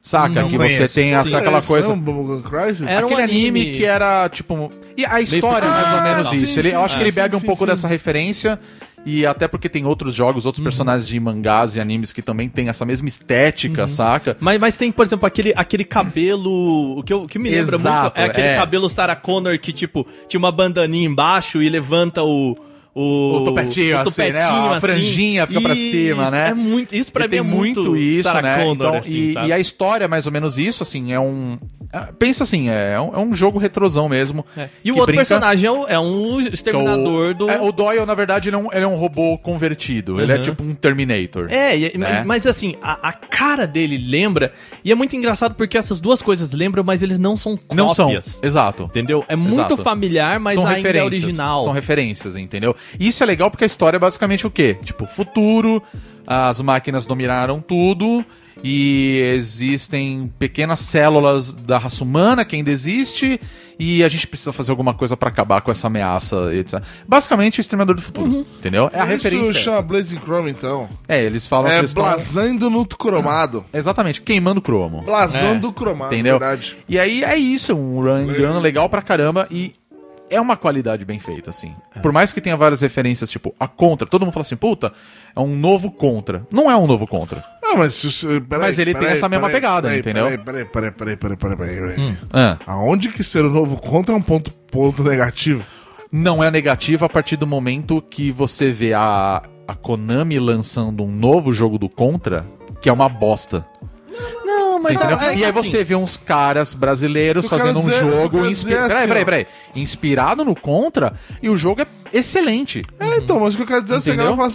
Saca?
Não
que
conheço.
você tem essa,
Sim.
aquela
Esse
coisa...
não é um Bubblegum Crisis?
era um
Aquele anime,
anime
que era, tipo... E a história é mais ou
Ah,
menos
sim,
isso. Ele-
sim,
eu acho que
sim,
ele bebe
sim,
um
sim,
pouco
sim.
dessa referência. E até porque tem outros jogos,
Uhum.
outros personagens de mangás e animes que também tem essa mesma estética,
Uhum.
saca?
Mas, mas tem, por exemplo, aquele, aquele cabelo. O que, eu, o que me lembra muito
Exato,
é aquele
é.
cabelo Sarah Connor que, tipo, tinha uma bandaninha embaixo e levanta o. O,
O topetinho, assim, né? A franjinha fica pra cima, né?
É muito, isso pra
E
mim é muito
isso,
Sarah
né?
Connor,
Então,
assim,
e,
sabe?
e a história é mais ou menos isso, assim, é um... ah, Pensa assim, é um, é um jogo retrosão mesmo.
É. E o
que
outro
brinca-
personagem é um, é um
que é o-
exterminador do.
é, o Doyle, na verdade, ele é um, ele é um robô convertido. Ele é
Uhum.
tipo um Terminator.
É, e-
né?
mas, mas assim, a, a cara dele lembra, e é muito engraçado porque essas duas coisas lembram, mas eles não são cópias.
Não são, exato.
Entendeu? É muito
Exato.
familiar, mas
são
ainda é
referências,
original.
São referências, entendeu? E Isso é legal porque a história é basicamente o quê? Tipo, futuro, as máquinas dominaram tudo e existem pequenas células da raça humana que ainda existe e a gente precisa fazer alguma coisa pra acabar com essa ameaça, etc. Basicamente, o Exterminador do Futuro,
Uhum.
entendeu? É a referência.
Isso chama Blazing Chrome, então.
É, eles falam
é
que eles tão-
blasando no cromado.
Exatamente, queimando cromo.
Blasando o cromado,
É, Entendeu?
verdade.
E aí é isso, é um run and gun legal pra caramba e é uma qualidade bem feita, assim. Por mais que tenha várias referências, tipo, a Contra, todo mundo fala assim, puta, é um novo Contra. Não é um novo Contra.
É Não, mas. se- se- peraí,
Mas ele tem
peraí,
essa mesma
peraí,
pegada,
peraí,
entendeu?
Peraí, peraí, peraí, peraí, peraí, peraí. peraí.
Ah,
Aonde que ser o novo contra é um ponto, ponto negativo?
não é negativo a partir do momento que você vê a, a Konami lançando um novo jogo do Contra, que é uma bosta.
Não,
Você entendeu?
é que
e aí
assim,
você vê uns caras brasileiros
Eu quero
fazendo um
dizer- é eu
jogo
quero dizer
inspirado.
assim, ó.
peraí, peraí, peraí. Inspirado no Contra, e o jogo é excelente.
É, então, mas o que eu quero dizer é que a
Uhum.
galera
Entendeu?
fala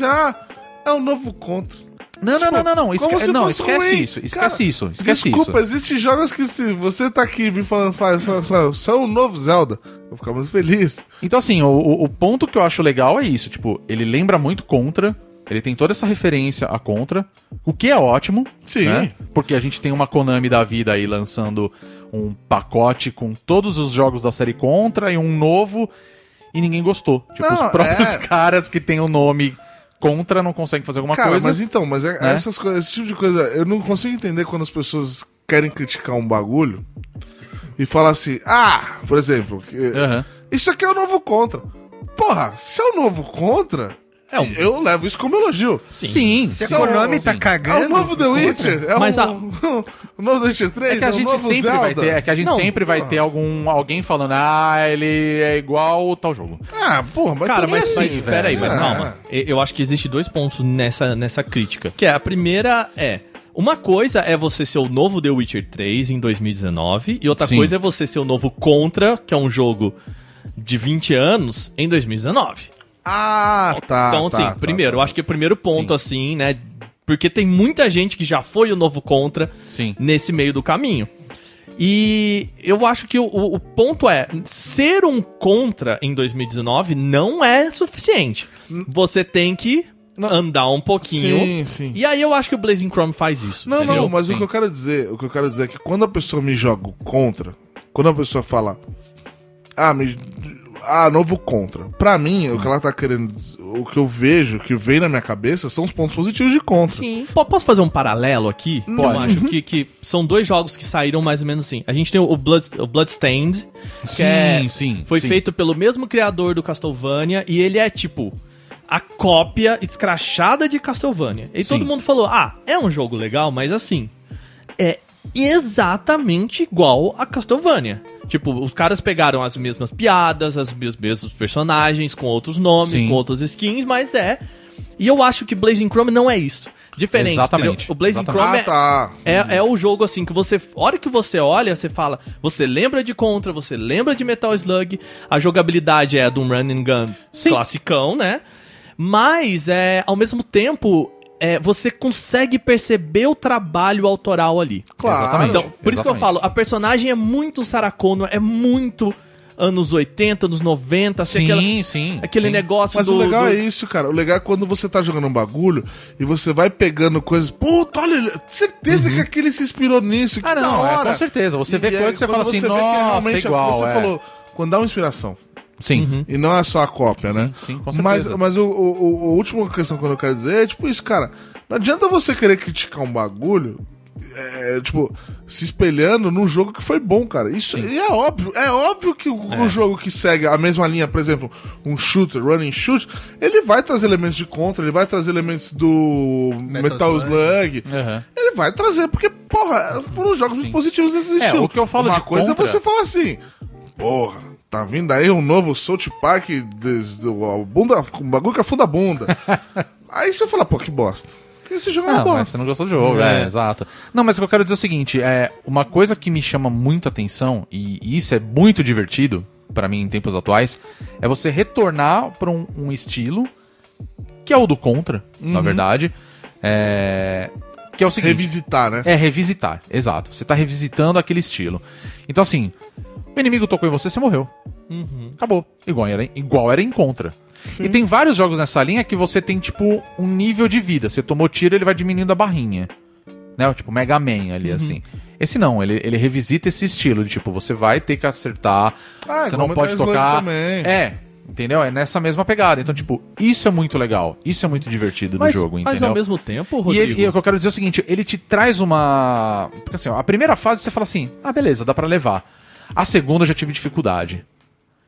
assim: ah, é um novo contra.
Não, não,
Tipo,
não, não, não. Esque-
como se
não,
fosse
esquece
ruim.
isso.
Cara,
Esquece isso. Esquece
Desculpa,
isso.
existem jogos que se você tá aqui me falando, faz, faz, faz, são o novo Zelda, eu vou ficar muito feliz.
Então, assim, o- o, o ponto que eu acho legal é isso. Tipo, ele lembra muito Contra. Ele tem toda essa referência a Contra. O que é ótimo.
Sim.
né? Porque a gente tem uma Konami da vida aí lançando um pacote com todos os jogos da série Contra e um novo. E ninguém gostou. Tipo,
Não,
os próprios
é.
caras que tem o nome Contra não conseguem fazer alguma
Cara,
coisa.
mas então, mas é-
né?
essas coisas, esse tipo de coisa, eu não consigo entender quando as pessoas querem criticar um bagulho e falar assim, ah, por exemplo, que-
Aham.
isso aqui é o novo contra. Porra, se é o novo contra,
É um
eu levo isso como elogio.
Sim.
Se
a Konami tá cagando,
É o novo The Witcher. É
Mas
o,
a-
o novo The Witcher 3.
É que a
o
gente
novo
sempre
Zelda.
vai ter, é que a gente
Não,
sempre vai ter algum alguém falando, ah, ele é igual tal jogo.
Ah, porra, mas.
Cara,
também
mas,
assim,
mas
velho.
peraí, mas
Ah.
calma. E- Eu acho que existe dois pontos nessa, nessa crítica. Que é, a primeira é... Uma coisa é você ser o novo The Witcher 3 em 2019, e outra
Sim.
coisa é você ser o novo Contra, que é um jogo de 20 anos, em 2019.
Ah, tá.
então,
tá,
assim,
tá,
primeiro,
tá.
eu acho que o primeiro ponto, assim, né? Porque tem muita gente que já foi o novo Contra
Sim.
nesse meio do caminho. E eu acho que o, o- o ponto é: ser um contra em 2019 não é suficiente. Você tem que andar um pouquinho.
Hum. Sim, sim.
E aí eu acho que o Blazing Chrome faz isso.
Não,
entendeu?
não, mas
Sim.
o que eu quero dizer, o que eu quero dizer é que quando a pessoa me joga o contra, quando a pessoa fala, ah, me, ah, novo contra. Pra mim, o que ela tá querendo, dizer- o que eu vejo, o que vem na minha cabeça são os pontos positivos de contra.
Sim. Po- posso fazer um paralelo aqui? Que
Pode.
Eu
Uhum.
acho que, que são dois jogos que saíram mais ou menos assim. A gente tem o, Blood, o Bloodstained, que
Sim,
é-
sim,
foi
Hum, sim.
feito pelo mesmo criador do Castlevania, e ele é tipo a cópia escrachada de Castlevania. E
Sim.
todo mundo falou, ah, é um jogo legal, mas assim, é exatamente igual a Castlevania. Tipo, os caras pegaram as mesmas piadas, as mes- mesmos personagens, com outros nomes,
Sim.
com outras skins, mas é. E eu acho que Blazing Chrome não é isso. Diferente.
Exatamente.
entendeu? O Blazing
Exatamente.
Chrome
Ah,
é-
tá.
é, é o jogo assim que você. a hora que você olha, você fala. Você lembra de Contra, você lembra de Metal Slug. A jogabilidade é a de um run and gun
Sim.
classicão, né? Mas, é, ao mesmo tempo, é, você consegue perceber o trabalho autoral ali.
Claro.
Exatamente.
Então, por isso que eu
Exatamente.
falo, a personagem é muito Sarah Connor, é muito anos 80, anos 90, assim,
Sim,
aquela-
sim.
aquele
sim.
negócio
Mas
do.
o legal
do-
é isso, cara. O legal é quando você tá jogando um bagulho e você vai pegando coisas. Puta, olha, ele- certeza que aquele se inspirou nisso. Que
Ah,
da
não, é,
hora.
com certeza. Você
E
vê
aí,
coisas e você
quando
fala assim,
vê que é
nossa,
realmente
é
o que
igual.
Você
é.
falou, quando dá uma inspiração.
Sim.
E não é só a cópia, né?
sim, com
Mas,
certeza.
mas o, o, o- a última questão que eu quero dizer é tipo isso, cara. Não adianta você querer criticar um bagulho, é, tipo, se espelhando num jogo que foi bom, cara. Isso e é óbvio. É óbvio que o, o jogo que segue a mesma linha, por exemplo, um shooter, running shoot, ele vai trazer elementos de contra, ele vai trazer elementos do Metal, Slug.
Aham.
Ele vai trazer, porque, porra, foram jogos muito positivos dentro do
É,
estilo.
o que eu falo
Uma
de
coisa
Contra-
é você falar assim, porra, tá vindo aí um novo South Park, de, de, o bunda, com um bagulho que afunda a bunda. aí você fala, pô, que bosta. Esse jogo é uma
Não, Ah, mas
bosta.
você não gostou do jogo, é. exato. Não, mas o que eu quero dizer é o seguinte, é, uma coisa que me chama muito atenção, e isso é muito divertido pra mim em tempos atuais, é você retornar pra um, um estilo que é o do contra,
Uhum.
na verdade, é, que é o seguinte...
Revisitar, né?
É, revisitar, exato. Você tá revisitando aquele estilo. Então, assim, o inimigo tocou em você, você morreu.
Uhum.
Acabou. Igual era, igual era em contra. E tem vários jogos nessa linha que você tem, tipo, um nível de vida. Você tomou tiro, ele vai diminuindo a barrinha. Né? Tipo, Mega Man ali, assim. Esse não, ele, ele revisita esse estilo. De, tipo, você vai ter que acertar,
Ah,
você
igual
não
Metal
pode
Slug
tocar.
também.
É, entendeu? É nessa mesma pegada. Então, tipo, isso é muito legal. Isso é muito divertido
Mas,
do jogo, entendeu?
mas ao mesmo tempo,
E,
Rodrigo.
ele- e o que eu quero dizer é o seguinte, ele te traz uma. Porque assim, ó, a primeira fase você fala assim, ah, beleza, dá pra levar. A segunda eu já tive dificuldade.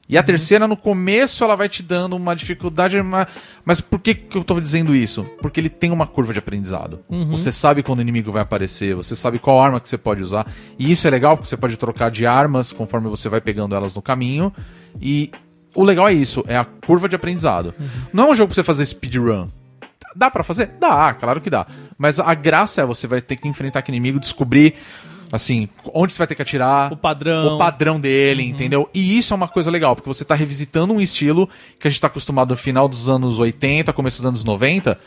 E a terceira, no começo, ela vai te dando uma dificuldade. ma- Mas por que, que eu tô dizendo isso? Porque ele tem uma curva de aprendizado. Você sabe quando o inimigo vai aparecer, você sabe qual arma que você pode usar. E isso é legal, porque você pode trocar de armas conforme você vai pegando elas no caminho. E o legal é isso, é a curva de aprendizado. Não é um jogo pra você fazer speedrun. Dá pra fazer? Dá, claro que dá. Mas a graça é você vai ter que enfrentar aquele inimigo, descobrir, assim, onde você vai ter que atirar
O padrão.
o padrão dele, entendeu? E isso é uma coisa legal, porque você tá revisitando um estilo que a gente tá acostumado no final dos anos 80, começo dos anos 90,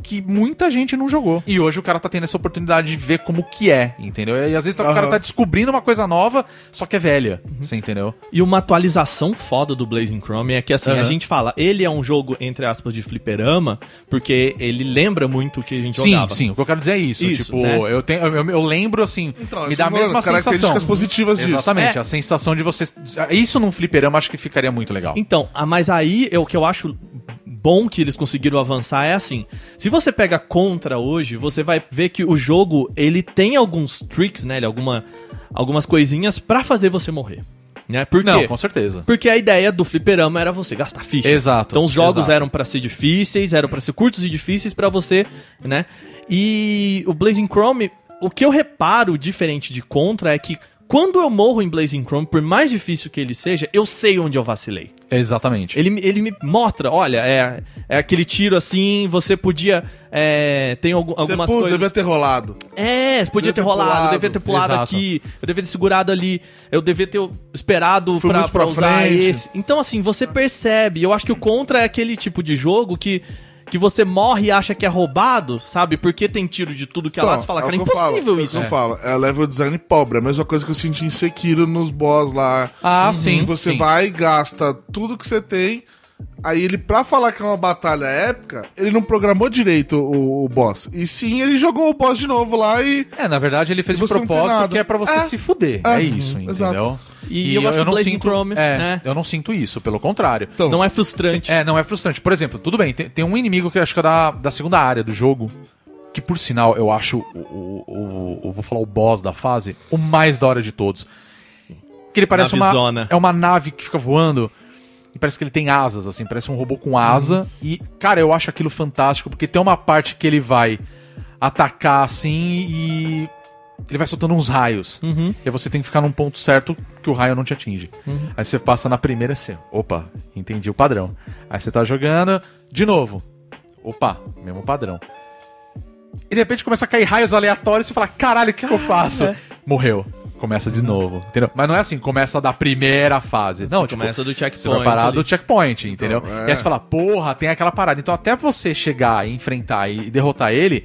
que muita gente não jogou. E hoje o cara tá tendo essa oportunidade de ver como que é, entendeu? E às vezes tá- o cara
Aham.
tá descobrindo uma coisa nova, só que é velha, você entendeu?
E uma atualização foda do Blazing Chrome é que, assim,
Aham.
a gente fala, ele é um jogo, entre aspas, de fliperama, porque ele lembra muito o que a gente
Sim,
jogava.
sim, o que eu quero dizer é isso.
Isso,
tipo,
né?
eu, tenho, eu, eu lembro assim, me
Então, isso que
dá a
eu tô falando,
mesma sensação.
Características positivas disso.
Exatamente, a sensação de você. Isso num fliperama acho que ficaria muito legal.
Então, ah, mas aí é o que eu acho bom que eles conseguiram avançar é assim. Se você pega contra hoje, você vai ver que o jogo ele tem alguns tricks, né? ele Alguma, algumas coisinhas pra fazer você morrer. Né? Por
Não,
quê?
com certeza.
Porque a ideia do fliperama era você gastar ficha.
Exato,
Então os jogos
exato.
eram pra ser difíceis, eram pra ser curtos e difíceis pra você, né? E o Blazing Chrome, o que eu reparo diferente de Contra é que quando eu morro em Blazing Chrome, por mais difícil que ele seja, eu sei onde eu vacilei.
Exatamente.
Ele, me- ele me mostra, olha, é, é aquele tiro assim, você podia. é, tem algu-
Você,
algumas
pô,
coisas.
devia ter rolado.
É, podia ter
Devia ter
rolado,
pulado.
devia ter pulado
Exato.
aqui, eu devia ter segurado ali, eu devia ter esperado
Fui
pra,
muito
pra
pra
usar
frente.
esse. Então, assim, você percebe, eu acho que o Contra é aquele tipo de jogo que, que você morre e acha que é roubado, sabe? Porque tem tiro de tudo que é lá,
Então,
você fala,
o
cara, é
que eu falo,
impossível
é o que
isso.
Eu falo, é level design pobre. É a mesma coisa que eu senti em Sekiro nos boss lá.
Ah,
Uhum.
sim,
Você
sim.
vai, gasta tudo que você tem. Aí ele, pra falar que é uma batalha épica, ele não programou direito o, o boss. E sim, ele jogou o boss de novo lá e.
É, na verdade ele fez
E
de
você não tem
propósito
nada.
que é pra você
É.
se fuder. É,
É.
isso,
Uhum,
entendeu?
exato.
E eu acho que o Blazing Chrome,
é,
né?
eu não sinto isso, pelo contrário.
Então,
Não é frustrante.
É, não é frustrante. Por exemplo, tudo bem, tem, tem um inimigo que eu acho que é da, da segunda área do jogo, que por sinal eu acho o, o, o- o- vou falar o boss da fase, o mais da hora de todos. Que ele parece
Navezona.
uma é uma nave que fica voando e parece que ele tem asas assim, parece um robô com asa e cara, eu acho aquilo fantástico porque tem uma parte que ele vai atacar assim e ele vai soltando uns raios.
Uhum.
E aí você tem que ficar num ponto certo que o raio não te atinge. Aí você passa na primeira e você. Opa, entendi o padrão. Aí você tá jogando. De novo. Opa, mesmo padrão. E de repente começa a cair raios aleatórios e você fala: caralho, o que, que eu faço? Morreu. Começa de novo, entendeu? Mas não é assim, começa da primeira fase. não, tipo,
começa do checkpoint.
você vai parar
ali.
do checkpoint, entendeu?
Então, é.
E aí você fala, porra, tem aquela parada. Então até você chegar e enfrentar e derrotar ele,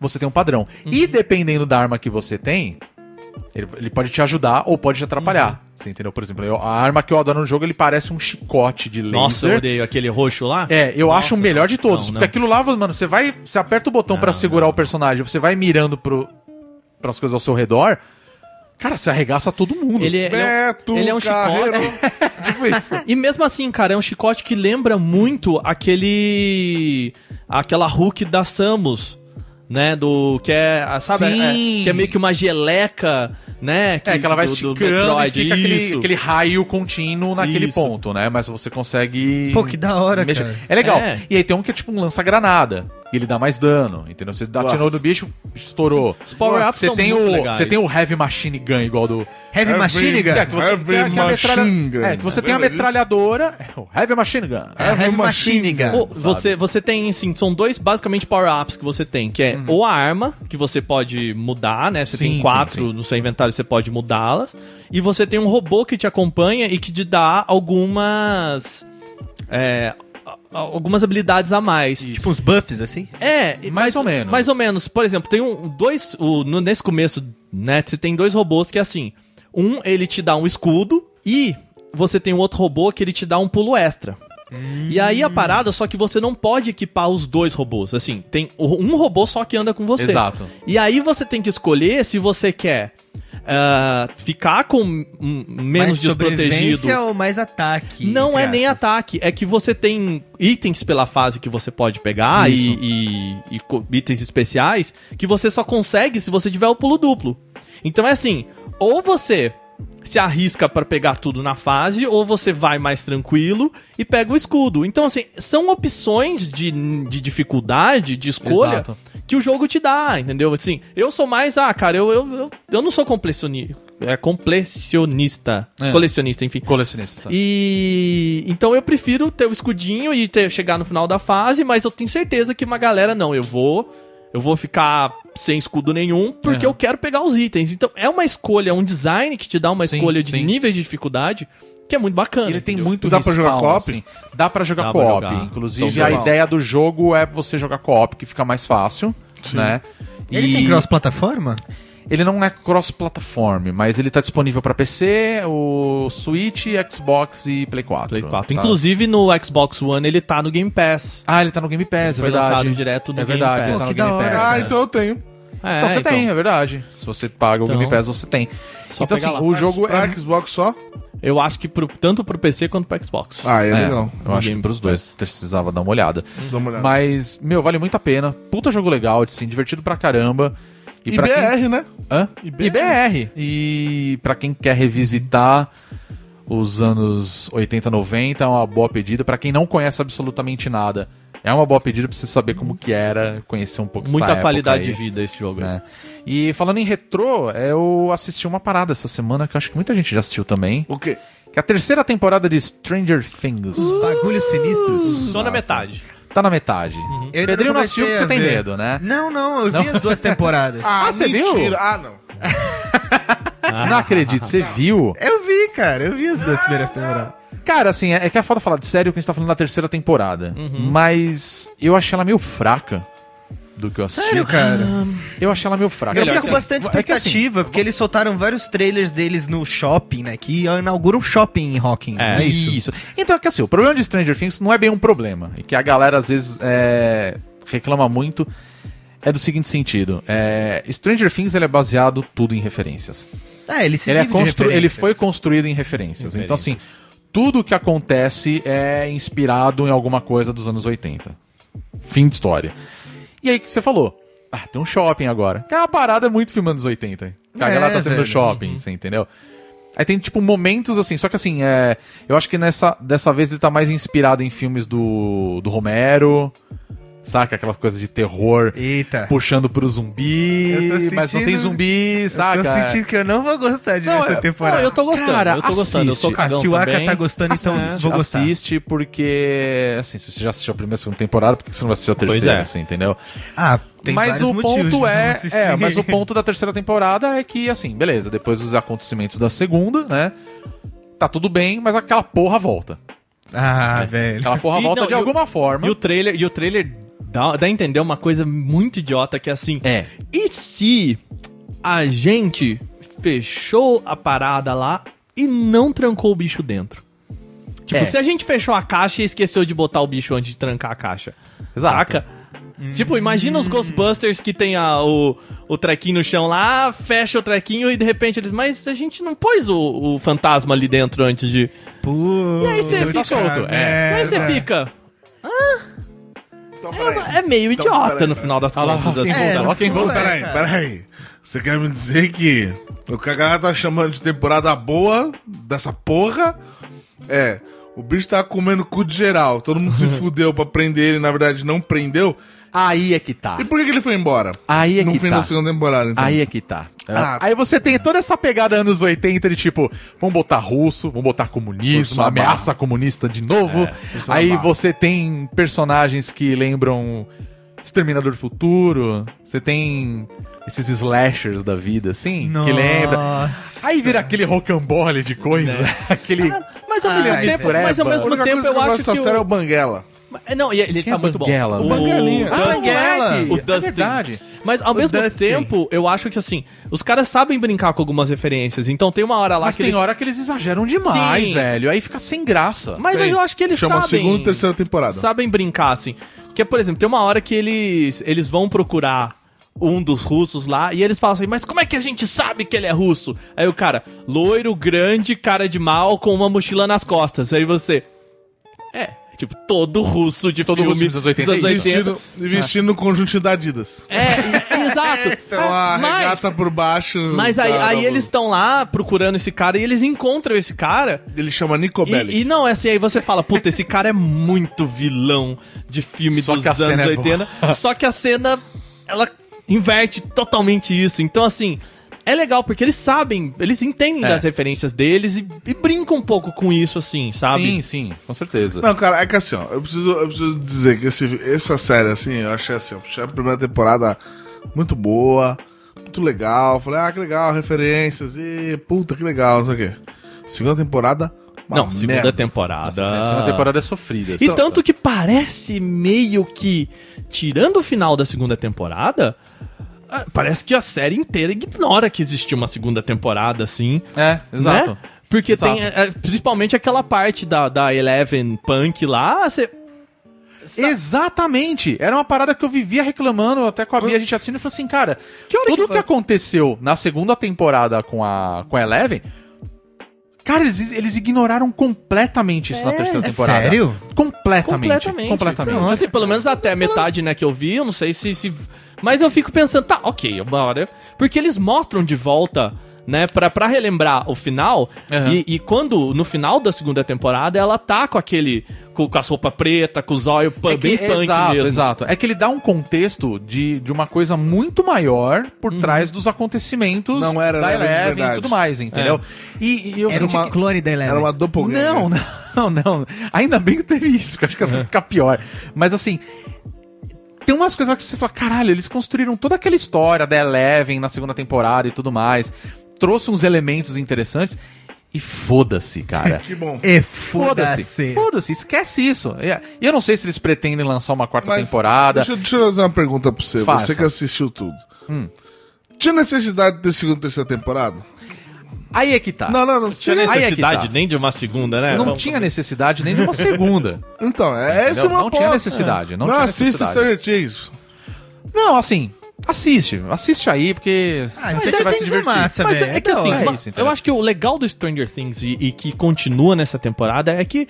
você tem um padrão.
Uhum.
E dependendo da arma que você tem, ele, ele pode te ajudar ou pode te atrapalhar.
Uhum.
Você entendeu? Por exemplo, eu- a arma que eu adoro no jogo, ele parece um chicote de laser.
Nossa, eu odeio aquele roxo lá.
É, eu acho o
Nossa,
melhor
não,
de todos.
não,
porque
não.
aquilo lá, mano, você vai. Você aperta o botão pra segurar o personagem, você vai mirando pro, pras coisas ao seu redor. Cara, você arregaça todo mundo.
Ele, é- ele é um,
Beto
ele é um
Carreiro.
chicote.
tipo isso.
E mesmo assim, cara, é um chicote que lembra muito aquele. aquela Hulk da Samus. Né, do que é, a- sabe,
Sim.
é- que é meio que uma geleca, né?
É, que ela vai
do- do
esticando e
Metroid,
fica aquele,
isso.
aquele raio contínuo naquele
Isso.
ponto, né? Mas você consegue.
Pô, que da hora,
mexer.
cara.
É legal.
É.
E aí tem um que é tipo um lança-granada. E ele dá mais dano, entendeu? Você atinou
Nossa.
do bicho, estourou.
Os power-ups
Você
são
tem
muito
o
legais.
Você tem o Heavy Machine Gun igual do.
Heavy,
Heavy
Machine Gun?
É, que você,
Heavy
tem a- que a metralha-
Machine Gun.
é, que você tem a
Lembra disso?
metralhadora. É, o Heavy Machine Gun.
É, Heavy Machine Gun.
Ou você, você tem, assim, são dois basicamente power-ups que você tem, que é ou a arma, que você pode mudar, né? Você
Sim,
tem
sim,
quatro no seu inventário, você pode mudá-las. E você tem um robô que te acompanha e que te dá algumas. é, a- algumas habilidades a mais.
Tipo uns buffs, assim?
É, e
Mais ou menos.
Mais ou menos. Por exemplo, tem um, dois. o- no- nesse começo, né? Você tem dois robôs que é assim. Um, ele te dá um escudo e você tem um outro robô que ele te dá um pulo extra. E aí a parada, só que você não pode equipar os dois robôs. Assim, tem o- um robô só que anda com você.
Exato.
E aí você tem que escolher se você quer ah, ficar com um- um menos
mais
desprotegido.
sobrevivência ou mais ataque?
Não
entre
é nem
aspas?
ataque, é que você tem itens pela fase que você pode pegar e, e- e co- itens especiais que você só consegue se você tiver o pulo duplo. Então é assim, ou você se arrisca pra pegar tudo na fase, ou você vai mais tranquilo e pega o escudo. Então, assim, são opções de, de dificuldade, de escolha,
Exato.
que o jogo te dá, entendeu? Assim, eu sou mais, ah, cara, eu, eu, eu, eu não sou complecioni- é, completionista.
É.
Colecionista, enfim.
Colecionista. tá.
E então eu prefiro ter o escudinho e ter, chegar no final da fase, mas eu tenho certeza que uma galera não, eu vou, eu vou ficar sem escudo nenhum porque
Uhum.
eu quero pegar os itens. Então é uma escolha, é um design que te dá uma
Sim,
escolha de
sim.
nível de dificuldade que é muito bacana.
Ele tem
entendeu?
muito
Dá pra jogar
respawn,
co-op?
assim. Dá pra jogar
Dá pra
co-op.
jogar.
Inclusive,
São
a
dois.
ideia do jogo é você jogar co-op, que fica mais fácil, né?
Ele
E
tem cross-plataforma?
Ele não é cross-platform, mas ele tá disponível pra PC, o Switch, Xbox e Play 4.
Play 4.
Tá.
Inclusive no Xbox One ele tá no Game Pass.
Ah, ele tá no Game Pass, é
Foi lançado
verdade.
direto no
É verdade,
Game Pass.
ele tá no
Pô, que
Game
da
Pass.
hora.
Ah, então eu tenho.
É,
Então você tem, é verdade. Se você paga
Então,
o Game Pass, você tem.
só
então,
pegar
assim,
lá.
o jogo é.
Pra Xbox só?
Eu acho que pro, tanto pro PC quanto pro Xbox.
Ah, é,
É,
legal.
Eu acho que
Game
pros dois precisava dar uma olhada.
Dá uma olhada.
Mas, meu, vale muito a pena. Puta jogo legal, assim, divertido pra caramba. E,
E
pra quem-
BR, né?
Hã?
IBR.
IBR. E pra quem quer revisitar os anos 80, 90, é uma boa pedida. Pra quem não conhece absolutamente nada, é uma boa pedida pra você saber como que era, conhecer um pouco essa
Muita
época
qualidade de
aí,
vida esse jogo. aí.
né? E falando em retrô, eu assisti uma parada essa semana que eu acho que muita gente já assistiu também,
O quê?
que é a terceira temporada de Stranger Things.
Uh! Bagulhos sinistros.
Só na metade.
Tá na metade.
Eu ainda
Pedrinho não
comecei
assistiu porque você
a
tem
ver.
medo, né?
Não, não, eu vi as duas temporadas.
Ah,
você viu?
mentira. Ah, não.
Ah.
Não acredito, você viu?
Eu vi, cara, eu vi as duas primeiras temporadas.
Cara, assim, é é que é foda falar de sério que a gente tá falando da terceira temporada.
Uhum.
Mas eu achei ela meio fraca do que eu assisti.
Sério, cara?
Eu achei ela meio fraca.
Eu
Porque
fiquei
assim,
com bastante
é que assim,
expectativa, porque eles soltaram vários trailers deles no shopping, né? Que inaugura um shopping em Hawkins,
É,
é,
É
isso?
isso. Então, é que assim, o problema de Stranger Things não é bem um problema. E que a galera às vezes é, reclama muito. É do seguinte sentido: é, Stranger Things ele é baseado tudo em referências.
É, ele se
Ele, é
vive de
constru- ele
referências.
foi construído em referências. Então, assim, tudo que acontece é inspirado em alguma coisa dos anos 80. Fim de história. E aí, o que você falou? Ah, tem um shopping agora. Que é uma parada muito filme anos 80. Que a
É,
galera tá sendo no
velho.
shopping, você entendeu? Aí tem, tipo, momentos assim. Só que, assim, é, eu acho que nessa, dessa vez ele tá mais inspirado em filmes do, do Romero. Saca? Aquelas coisas de terror
Eita.
puxando pro zumbi.
É. Eu tô
mas não tem
sentindo-
zumbi, saca?
Tô sentindo que eu não vou gostar de ver essa temporada.
eu tô gostando,
Cara,
eu tô gostando. Eu
assiste.
sou
Ah,
cagão
se o Aka
também.
tá gostando, então
assiste,
vou
ah,
gostar.
tá.
assiste, porque, assim, se você já assistiu a primeira e a segunda temporada, por que você não vai assistir a
Pois
terceira,
é.
assim, entendeu?
Ah, tem
mas
vários
o
motivos de
ponto
não
é,
assistir.
é, mas o ponto da terceira temporada é que, assim, beleza, depois dos acontecimentos da segunda, né, tá tudo bem, mas aquela porra volta.
Ah, velho.
Aquela porra
E
volta
não,
de
e o-
alguma forma.
E o trailer, e o trailer dá, dá a entender uma coisa muito idiota que é assim.
É.
E se a gente fechou a parada lá e não trancou o bicho dentro? Tipo,
É.
se a gente fechou a caixa e esqueceu de botar o bicho antes de trancar a caixa.
Exato.
Saca? Tipo, imagina os Ghostbusters que tem a- o, o trequinho no chão lá, fecha o trequinho e de repente eles. Mas a gente não pôs o, o fantasma ali dentro antes de.
Pô.
E aí você
tá
fica. É.
solto, é.
E aí você
merda. É.
fica.
Então,
É, é meio
Então,
idiota
peraí,
no
peraí.
final das contas, assim.
É,
volta,
no
ó quem
fundo,
volta.
é.
Peraí, peraí. Você quer me dizer que o que a galera tá chamando de temporada boa dessa porra é. O bicho tá comendo cu de geral. Todo mundo se fudeu pra prender ele, na verdade não prendeu.
Aí é que tá.
E por que, que ele foi embora?
Aí é
no
que
fim
tá.
da segunda temporada, então.
Aí é que tá. É,
Ah.
aí você tem toda essa pegada anos 80 de tipo, vamos botar russo, vamos botar
Força
comunismo,
na
ameaça comunista de novo.
É,
força na
aí
barra.
você tem personagens que lembram Exterminador do Futuro. Você tem esses slashers da vida, assim,
Nossa.
que lembra. Aí vira aquele rocambole de coisa.
É.
aquele.
Mas ao mesmo
Ah,
tempo,
isso é-
mas ao
A
mesmo
única
tempo
coisa que
eu
gosto
acho
dessa
que.
série é o
O...
Banguela.
Não, e ele ele
Quem
tá
é
muito bom.
Banguela?
O
Banguelinha.
Dustin-
Banguela.
O
É
Dustin.
verdade.
Mas ao mesmo tempo, eu acho que assim, os caras sabem brincar com algumas referências. Então tem uma hora lá
Mas
que
tem
eles.
hora que eles exageram demais,
Sim.
velho. Aí fica sem graça.
Mas, mas eu acho que eles
Chama
sabem.
segunda e terceira temporada.
sabem brincar, assim. Que é, por exemplo, tem uma hora que eles, eles vão procurar um dos russos lá e eles falam assim: Mas como é que a gente sabe que ele é russo? Aí o cara, loiro, grande, cara de mal, com uma mochila nas costas. Aí você. É, tipo, todo russo de
Todo
filme
russo dos anos 80.
dos anos
Vestindo, vestindo conjunto da um Adidas.
É, e- exato.
Então a
mas,
regata por baixo. tá,
mas aí,
da-
aí
da-
eles estão lá procurando esse cara e eles encontram esse cara.
Ele chama Nicobelli.
E, e não, é assim, aí você fala, puta, esse cara é muito vilão de filme
Só
dos
que a cena
anos
é
80. só que a cena, ela inverte totalmente isso. Então, assim, é legal, porque eles sabem, eles entendem
É.
das referências deles e, e brincam um pouco com isso, assim, sabe?
Sim, sim, com certeza.
Não, cara, é que assim, ó, eu preciso, eu preciso dizer que esse, essa série, assim, eu achei assim, eu achei a primeira temporada muito boa, muito legal. Falei, ah, que legal, referências, e puta, que legal, não sei o quê. Segunda temporada, uma
Não, segunda
merda.
temporada.
A segunda temporada é sofrida.
E tanto que parece meio que, tirando o final da segunda temporada, ah, parece que a série inteira ignora que existiu uma segunda temporada, assim.
É, exato.
né? Porque
Exato.
tem, é, é, principalmente aquela parte da, da Eleven Punk lá, você...
Exatamente! Era uma parada que eu vivia reclamando até com a Bia, a gente assina e falou assim, cara, tudo que, aconteceu na segunda temporada com a, com a Eleven, cara, eles, eles ignoraram completamente isso na terceira temporada.
É sério?
Completamente.
É. Completamente.
Completamente.
Não, assim, pelo menos até a metade, né, que eu vi, eu não sei se, se... Mas eu fico pensando, tá, ok, uma hora... Porque eles mostram de volta, né, pra, pra relembrar o final,
Aham.
e, e quando, no final da segunda temporada, ela tá com aquele... Com, com as roupas pretas, com os olhos punk,
É que-
bem punk
exato,
mesmo.
exato. É que ele dá um contexto de, de uma coisa muito maior
Uhum.
por trás dos acontecimentos
Não era
da
Eleven de
Eleven e
verdade.
tudo mais, entendeu?
É.
E, e eu
Era
senti
uma
que-
clone da Eleven.
Era uma doppelganger.
Não, não, não. Ainda bem que teve isso, que eu acho que assim fica pior. Mas assim. Tem umas coisas que você fala, caralho, eles construíram toda aquela história da Eleven na segunda temporada e tudo mais. Trouxe uns elementos interessantes. E foda-se, cara.
Que bom.
E
Foda-se.
foda-se.
Foda-se, esquece isso. E eu não sei se eles pretendem lançar uma quarta
Mas
temporada.
Deixa, eu- deixa eu fazer uma pergunta pra você,
Faça. Hum.
você que assistiu tudo. Tinha necessidade de ter segunda e terceira temporada?
Aí é que tá.
Não, não, não.
Tinha
Aí é que
necessidade
tá.
nem de uma segunda, né?
não
Vamos-
tinha necessidade nem de uma segunda.
Então, é, essa é
Entendeu?
uma
Não tinha
bosta.
necessidade, não
não
tinha
assista
necessidade.
Stranger Things.
Não, assim, assiste. Assiste aí, porque
Ah,
aí
você vai se divertir. Massa,
Mas
velho.
é que
da
assim, ma-
hora.
né? Então, isso, entendeu?
eu acho que o legal do Stranger Things e, e que continua nessa temporada é que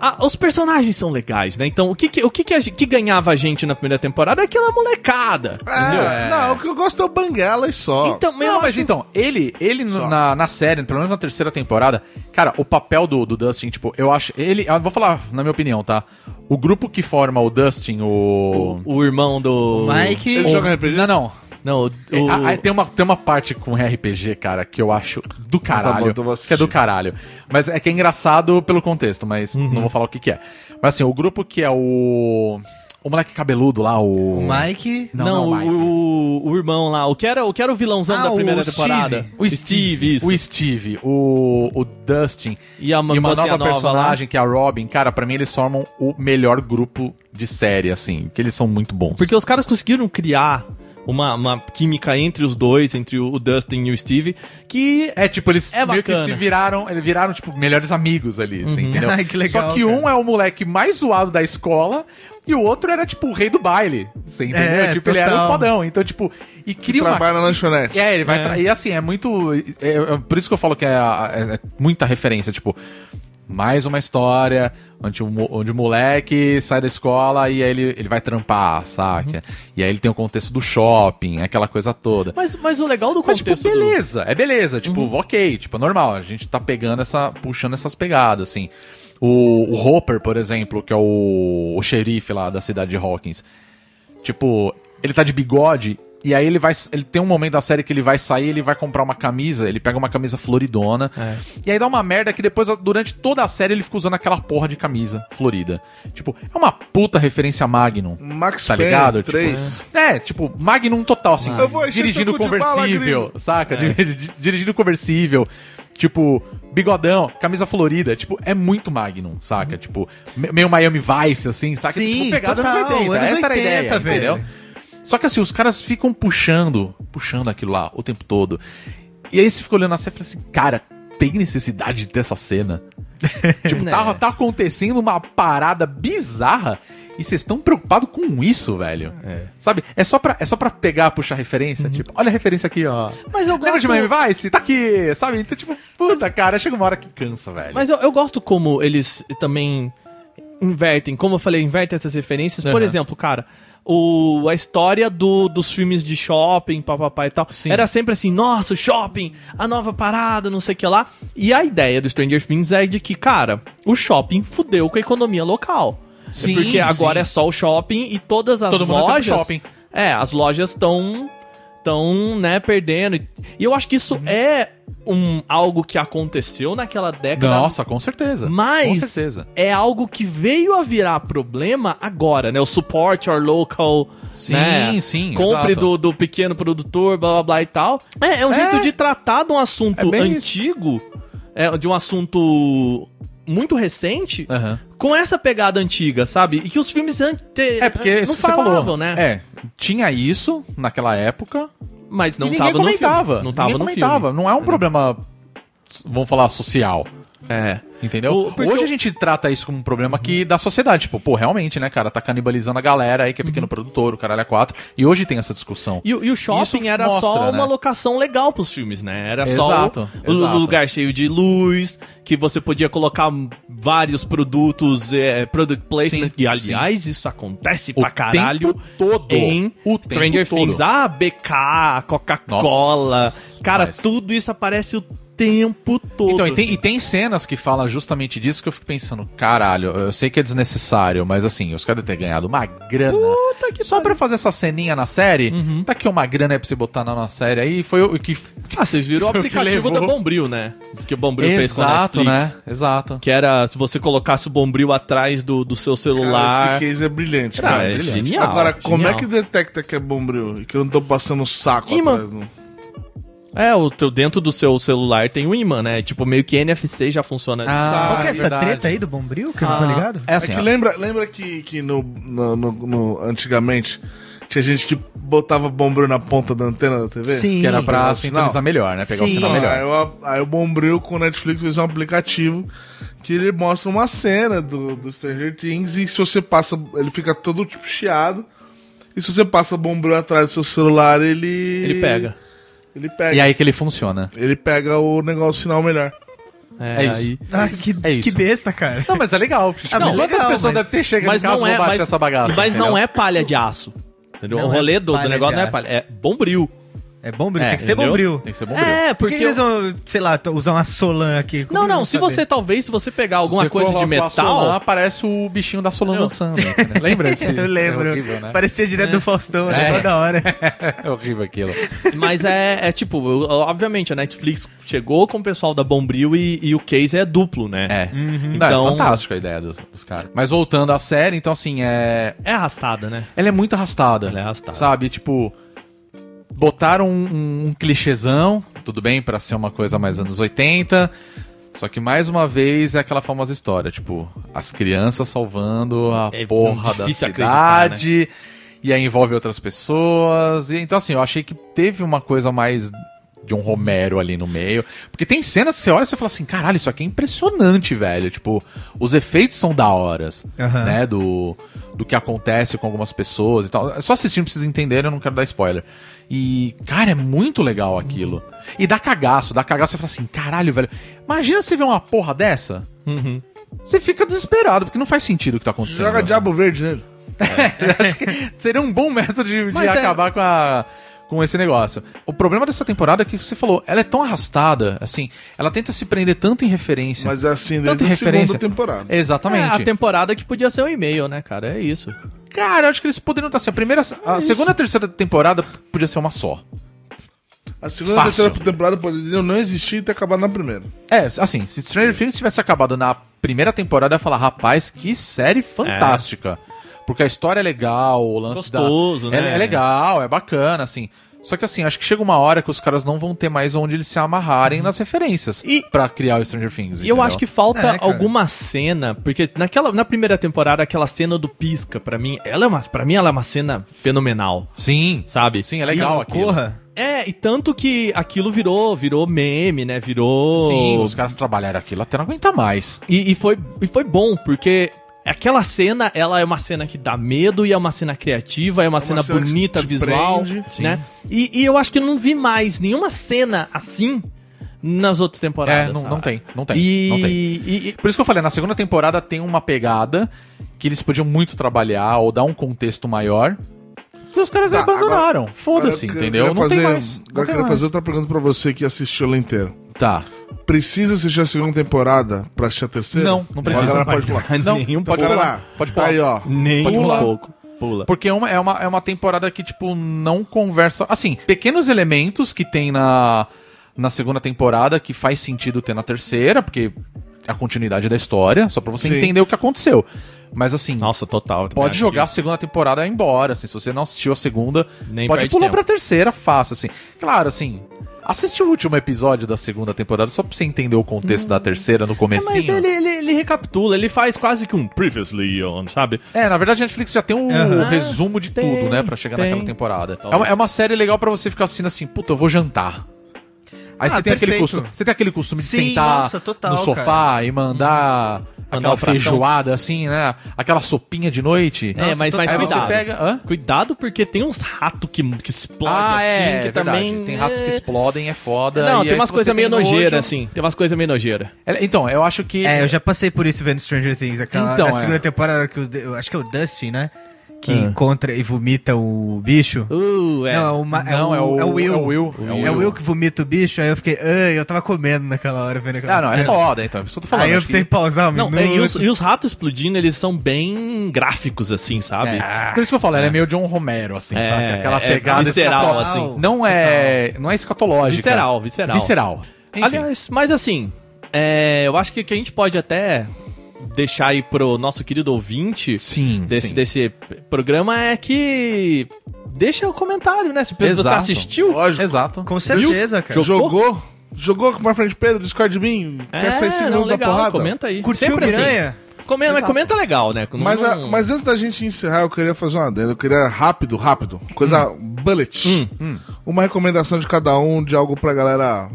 a- os personagens são legais, né? Então, o que, que- o que, que, a gen- que ganhava a gente na primeira temporada é aquela molecada.
É, não, o que eu gosto é o Banguela e só.
Então,
Não, mas então, ele, ele no-
Só.
na, na série, pelo menos na terceira temporada, cara, o papel do, do Dustin, tipo, eu acho. Ele. eu vou falar, na minha opinião, tá? O grupo que forma o Dustin, o.
o irmão do.
Mike.
Ele joga RPG?
Não, não.
Não, o. o-
Ah, ah, tem, uma, tem uma parte com RPG, cara, que eu acho do
Tá
caralho.
bom, então vou
que é do caralho. Mas é que é engraçado pelo contexto, mas
Uhum.
não vou falar o que, que é. Mas assim, o grupo que é o. O moleque cabeludo lá, o.
O Mike.
não,
Não, não,
o-
Mike.
o, o irmão lá, o que era o, que era o vilãozão
Ah,
da primeira
o
temporada?
Steve.
O Steve,
isso.
o Steve, o, o Dustin
E a
e uma
mocinha
nova,
lá.
personagem que é a Robin. Cara, pra mim eles formam o melhor grupo de série, assim, que eles são muito bons.
Porque os caras conseguiram criar uma, uma química entre os dois, entre o Dustin e o Steve, que
é tipo, eles
É
meio que
bacana.
se viraram, eles viraram tipo melhores amigos ali, assim, entendeu?
Ai, que legal,
Só que um é o moleque mais zoado da escola e o outro era tipo o rei do baile, você entendeu?
É,
tipo, ele era
total.
um fodão. Então, tipo, e cria uma
Trabalha na lanchonete.
É, ele vai. tra- E assim, é muito. é- é por isso que eu falo que é, é- é muita referência. Tipo, mais uma história onde o, mo- onde o moleque sai da escola e aí ele, ele vai trampar, saca? E aí ele tem o contexto do shopping, aquela coisa toda.
Mas, mas o legal do
Mas,
contexto
tipo,
do- Uhum.
beleza, é beleza. Tipo, ok, tipo, é normal. A gente tá pegando essa. puxando essas pegadas, assim. O, o Hopper, por exemplo, que é o, o xerife lá da cidade de Hawkins. Tipo, ele tá de bigode. E aí ele vai. Ele tem um momento da série que ele vai sair, ele vai comprar uma camisa, ele pega uma camisa floridona.
É.
E aí dá uma merda que depois, durante toda a série, ele fica usando aquela porra de camisa florida. Tipo, é uma puta referência a Magnum.
Max
tá
Payne,
ligado? Tipo,
três.
é, tipo, Magnum total, assim.
Eu vou encher
dirigindo
seu cu de bala,
conversível,
gringo.
saca?
É.
Dir- dir- Dirigindo conversível. Tipo, bigodão, camisa florida. Tipo, é muito Magnum, saca? Tipo, me- meio Miami Vice, assim, saca?
Uhum. Sim,
tipo, pegada
total,
anos 80.
anos
Essa era a
80,
ideia,
velho.
entendeu? Só que assim, os caras ficam puxando, puxando aquilo lá o tempo todo. E aí você fica olhando a cena e fala assim, cara, tem necessidade de ter essa cena? tipo,
né?
tá, tá acontecendo uma parada bizarra e vocês estão preocupados com isso, velho. Sabe? É só, pra, é só pra pegar, puxar referência. Tipo, olha a referência aqui, ó.
Uhum. Mas eu
Lembra de
gosto-
Miami Vice? Tá aqui, sabe? Então, tipo, puta, cara, chega uma hora que cansa, velho.
Mas eu, eu gosto como eles também invertem, como eu falei, invertem essas referências. Por
Aham.
exemplo, cara, o- o, a história do, dos filmes de shopping, papapá e tal.
Sim.
Era sempre assim, nossa, o shopping, a nova parada, não sei o que lá. E a ideia do Stranger Things é de que, cara, o shopping fudeu com a economia local.
Sim,
porque agora
sim.
é só o shopping e todas as
Todo mundo
lojas.
tá no shopping.
É, as lojas estão estão, né, perdendo. E eu acho que isso é um algo que aconteceu naquela década.
Nossa, com certeza. É, Com
Mas
certeza.
é algo que veio a virar problema agora, né? O support our local,
Sim,
né?
sim,
Compre
exato.
do, do pequeno produtor, blá blá blá e tal. É, é um jeito de tratar de um assunto
É bem
antigo, é, de um assunto muito recente,
Aham.
É. com essa pegada antiga, sabe? E que os filmes anteriores
É, porque
não
isso que você
falavam,
falou.
né?
É, tinha isso naquela época.
Mas não
e ninguém
tava no
comentava.
filme. Não tava
ninguém
no
comentava.
filme. Uhum.
Não é um problema, vamos falar, social.
É.
Entendeu?
O- porque
Hoje
o-
a gente trata isso como um problema que da sociedade. Tipo, pô, realmente, né, cara? Tá canibalizando a galera aí que é pequeno produtor, o caralho é quatro. E hoje tem essa discussão.
E, o- e o shopping
Isso
era só
mostra,
uma
né?
locação legal pros filmes, né? Era só
Exato,
o, o
exato.
lugar cheio de luz, que você podia colocar vários produtos, é, product placement,
Sim,
que aliás isso acontece pra caralho
tempo todo.
em
O tempo
Stranger
todo.
Things. Ah, BK, Coca-Cola,
Nossa,
cara,
demais.
tudo isso aparece o tempo todo.
Então, e tem, e tem cenas que falam justamente disso que eu fico pensando, caralho, eu sei que é desnecessário, mas assim, os caras ter ganhado uma grana. Puta que só pra fazer essa ceninha na série, tá aqui uma grana aí pra você botar na nossa série aí, foi o que.
Ah, vocês viram o
Foi o que
aplicativo da
levou.
Bombril, né? Que o Bombril fez com a
Exato,
Netflix.
né? Exato.
Que era se você colocasse o Bombril atrás do, do seu celular.
Cara, esse case é
Ah,
brilhante,
Cara,
cara.
é genial.
Agora, como
genial.
é que detecta que é bombril e que eu não tô passando saco
Ih,
atrás? não?
É, o teu, dentro do seu celular tem um imã, né? Tipo, meio que NFC já funciona.
Ah,
Qual que é essa
verdade.
treta aí do Bombril que eu não tô
Ah.
ligado?
É assim,
é
ó,
que lembra, lembra que, que no, no, no- no- antigamente tinha gente que botava bombril na ponta da antena da TV?
Sim.
que era pra
Sinal.
sintonizar melhor, né? Pegar o
Sim.
sinal
Então,
melhor.
aí, o, aí o Bombril com o Netflix fez um aplicativo que ele mostra uma cena do, do Stranger Things e se você passa. Ele fica todo tipo chiado. E se você passa Bombril atrás do seu celular, ele.
Ele pega.
Ele
É,
pega.
E aí que ele funciona.
Ele pega o negócio o sinal melhor.
É, isso.
aí-
Ah, que,
É isso.
que besta, cara.
Não, mas é legal. Tipo,
Não,
quantas
legal,
pessoas
mas-
devem ter chegado
Mas
em casa
não
e
é,
não bate
mas,
essa bagaça?
mas não
entendeu?
é palha de aço. Entendeu?
Não
o
é
rolê do, do
palha
negócio
de
não é
aço.
palha, é bombril.
É Bombril,
É,
tem que ser
entendeu?
Bombril.
Tem que ser bombril.
É,
Por que,
porque...
que eles vão, sei lá, t- usar uma Solan aqui? Como
Não,
que eu
não,
vou
se
saber?
você talvez, se você pegar alguma
Você
coisa de
coloca a Solan,
metal...
aparece o bichinho da Solan
Entendeu?
dançando. né? Lembra esse?
Eu lembro.
É horrível, né?
Parecia direto do Faustão, né? Toda hora.
É horrível aquilo.
Mas é, é tipo, eu- obviamente, a Netflix chegou com o pessoal da Bombril e, e o case é duplo, né?
É.
Então-
Não, é fantástica a ideia dos, dos caras. Mas voltando à série, então assim, é.
É, arrastada, né?
Ela é muito arrastada.
Ela é arrastada.
Sabe? Tipo. Botaram um, um- um clichêzão, tudo bem, pra ser uma coisa mais anos 80. Só que mais uma vez é aquela famosa história, tipo, as crianças salvando a
É
porra da
difícil acreditar, né?
cidade. E aí envolve outras pessoas. E, então, assim, eu achei que teve uma coisa mais de um Romero ali no meio. Porque tem cenas que você olha e você fala assim, caralho, isso aqui é impressionante, velho. Tipo, os efeitos são da horas,
Aham.
né? Do, do que acontece com algumas pessoas e tal. É só assistindo pra vocês entenderem, eu não quero dar spoiler. E, cara, é muito legal aquilo. E dá cagaço, dá cagaço, você fala assim, caralho, velho. Imagina você ver uma porra dessa.
Uhum.
Você fica desesperado, porque não faz sentido o que tá acontecendo.
Joga Diabo Verde nele.
Seria um bom método de, de
Mas é-
acabar com, a- com esse negócio. O problema dessa temporada é que você falou, ela é tão arrastada, assim, ela tenta se prender tanto em referência.
Mas é assim,
Tanta
desde a segunda
referência.
temporada.
É
Exatamente.
a temporada que podia ser um e-mail, né, cara? É isso.
Cara, eu acho que eles poderiam estar assim. A primeira. A segunda e a terceira temporada podia ser uma só.
A segunda e
Fácil.
terceira temporada poderiam não existir e ter acabado na primeira.
É, assim, se Stranger Things tivesse acabado na primeira temporada, eu ia falar, rapaz, que série fantástica. Porque a história é legal, o lance
Gostoso,
da... é-
né?
É, legal, é bacana, assim. Só que assim, acho que chega uma hora que os caras não vão ter mais onde eles se amarrarem nas referências
Uhum. E-
pra criar o Stranger Things.
E eu
entendeu?
acho que falta
É, cara.
alguma cena, porque naquela na primeira temporada aquela cena do pisca pra mim, ela é uma para mim ela é uma cena fenomenal,
Sim.
sabe?
Sim, é legal aquilo.
Porra.
É, e tanto que aquilo virou, virou meme, né? Virou
Sim, os caras trabalharam aquilo até não aguentar mais.
E, e foi, e foi bom, porque aquela cena, ela é uma cena que dá medo e é uma cena criativa, é uma, cena,
cena que
bonita,
te
visual,
prende.
né? E, e eu acho que eu não vi mais nenhuma cena assim nas outras temporadas.
É, não,
sabe?
não tem, não tem,
E,
não tem.
e- e-
Por isso que eu falei, na segunda temporada tem uma pegada que eles podiam muito trabalhar ou dar um contexto maior E os caras
Tá,
abandonaram. Foda-se,
Agora eu
entendeu?
quero
Não tem
fazer-
mais. não
Agora eu
tem
quero
mais.
fazer outra pergunta pra você que assistiu ela inteira.
Tá.
Precisa assistir a segunda temporada pra assistir a terceira?
Não, não precisa.
A galera pode pular.
Não,
Nenhum
pode
Então,
pular.
galera,
Pode
tá
pular.
Aí, ó.
Nem
Pode
um
pular.
pouco. Pula.
Porque é uma, é, uma, é uma temporada que, tipo, não conversa. Assim, pequenos elementos que tem na, na segunda temporada que faz sentido ter na terceira, porque é a continuidade da história, só pra você
Sim.
entender o que aconteceu. Mas assim,
Nossa, total. eu também
pode
acho
jogar a segunda temporada embora. Assim, se você não assistiu a segunda,
Nem
pode
perde
pular
tempo.
pra terceira, fácil, assim. Claro, assim. Assiste o último episódio da segunda temporada só pra você entender o contexto da terceira no
que- É,
comecinho.
mas ele, ele, ele recapitula, ele faz quase que um previously on, sabe?
É, na verdade a Netflix já tem um
Aham.
resumo de
Tem,
tudo, né? Pra chegar
tem.
naquela temporada. É
Talvez.
uma, é uma série legal pra você ficar assistindo assim, puta, eu vou jantar. Aí
Ah,
você, tem aquele
perfeito.
costume, você tem aquele costume de
Sim,
sentar
nossa, total,
no sofá e mandar aquela
o pratão.
feijoada assim, né? Aquela sopinha de noite.
é, mas, mas
Aí você
cuidado.
pega... Hã?
Cuidado porque tem uns ratos que, que explodem
Ah,
assim,
é,
que
é verdade.
também...
Tem ratos que
é-
explodem, é foda.
Não,
e
tem
aí
umas
se
coisas
você
meio
tem nojo-
nojeira, assim. Tem umas coisas meio nojeira.
É, Então, eu acho que...
É, eu já passei por isso vendo Stranger Things. Aquela,
Então,
na
é.
segunda temporada, que o D- eu acho que é o Dustin, né? Que
Ah.
encontra e vomita o bicho.
Uh, é.
Não, é o, Ma- é
Não,
o,
é o,
é o Will.
É o Will.
É o Will que vomita o bicho, aí eu fiquei, ah, eu tava comendo naquela hora vendo aquela
Ah, não, é
cena.
foda, então. É isso que eu tô falando.
aí eu
acho que-
precisei pausar um
Não,
minuto.
é, e, os, e os ratos explodindo, eles são bem gráficos, assim, sabe?
é. Por isso que eu falo, ela é meio John Romero, assim,
É,
saca? Aquela
é
pegada
visceral,
escato-
assim.
Não é, não é escatológica.
Visceral, visceral.
Visceral. Enfim,
Aliás, mas assim, é, eu acho que, que a gente pode até deixar aí pro nosso querido ouvinte
sim,
desse,
sim.
desse programa é que deixa o comentário, né? Se você
Exato.
assistiu,
Lógico.
Exato.
Com certeza, cara.
Jogou? É,
Jogou? Jogou? com mais frente Pedro, Discord de mim? Quer sair
não,
segurando da
legal,
porrada?
Comenta aí.
Curtiu
Sempre
Piranha?
assim. Comenta, mas comenta legal, né? Não-
Mas, a-
não-
mas antes da gente encerrar, eu queria fazer uma adenda. Eu queria rápido, rápido. Coisa
Hum.
bullet. Uma recomendação de cada um de algo pra galera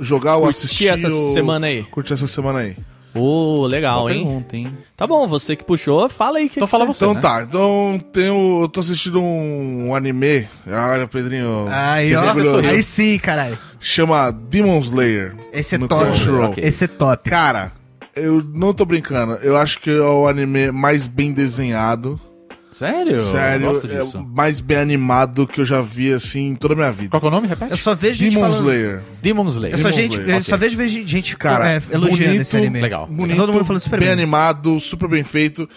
jogar ou
Curtir
assistir.
essa
ou-
semana aí. Né?
Curtir essa semana aí.
Ô, legal,
Boa
hein?
pergunta, hein?
Tá bom, você que puxou, fala aí. o Que
Então
que
fala
você-
você,
Então
né?
tá, então tenho, eu tô assistindo um anime. Ah, Olha, Pedrinho.
Aí, ó.
Pedrinho brilhou.
Aí sim, caralho.
Chama Demon Slayer.
Esse é
no
top.
Crunchyroll.
Ok.
Esse é top.
Cara, eu não tô brincando. Eu acho que é o anime mais bem desenhado.
Sério?
sério,
Eu gosto
é
disso.
o mais bem animado que eu já vi, assim, em toda a minha vida.
Qual que é o nome? Repete.
Eu só vejo gente
Demon
falando...
Slayer.
Demon Slayer.
Eu só,
Demon
gente,
Slayer,
eu só vejo vejo gente
Cara,
é, elogiando
bonito,
esse anime.
legal.
Bonito,
Tá Todo mundo falando super
bem
bem.
animado, super bem feito.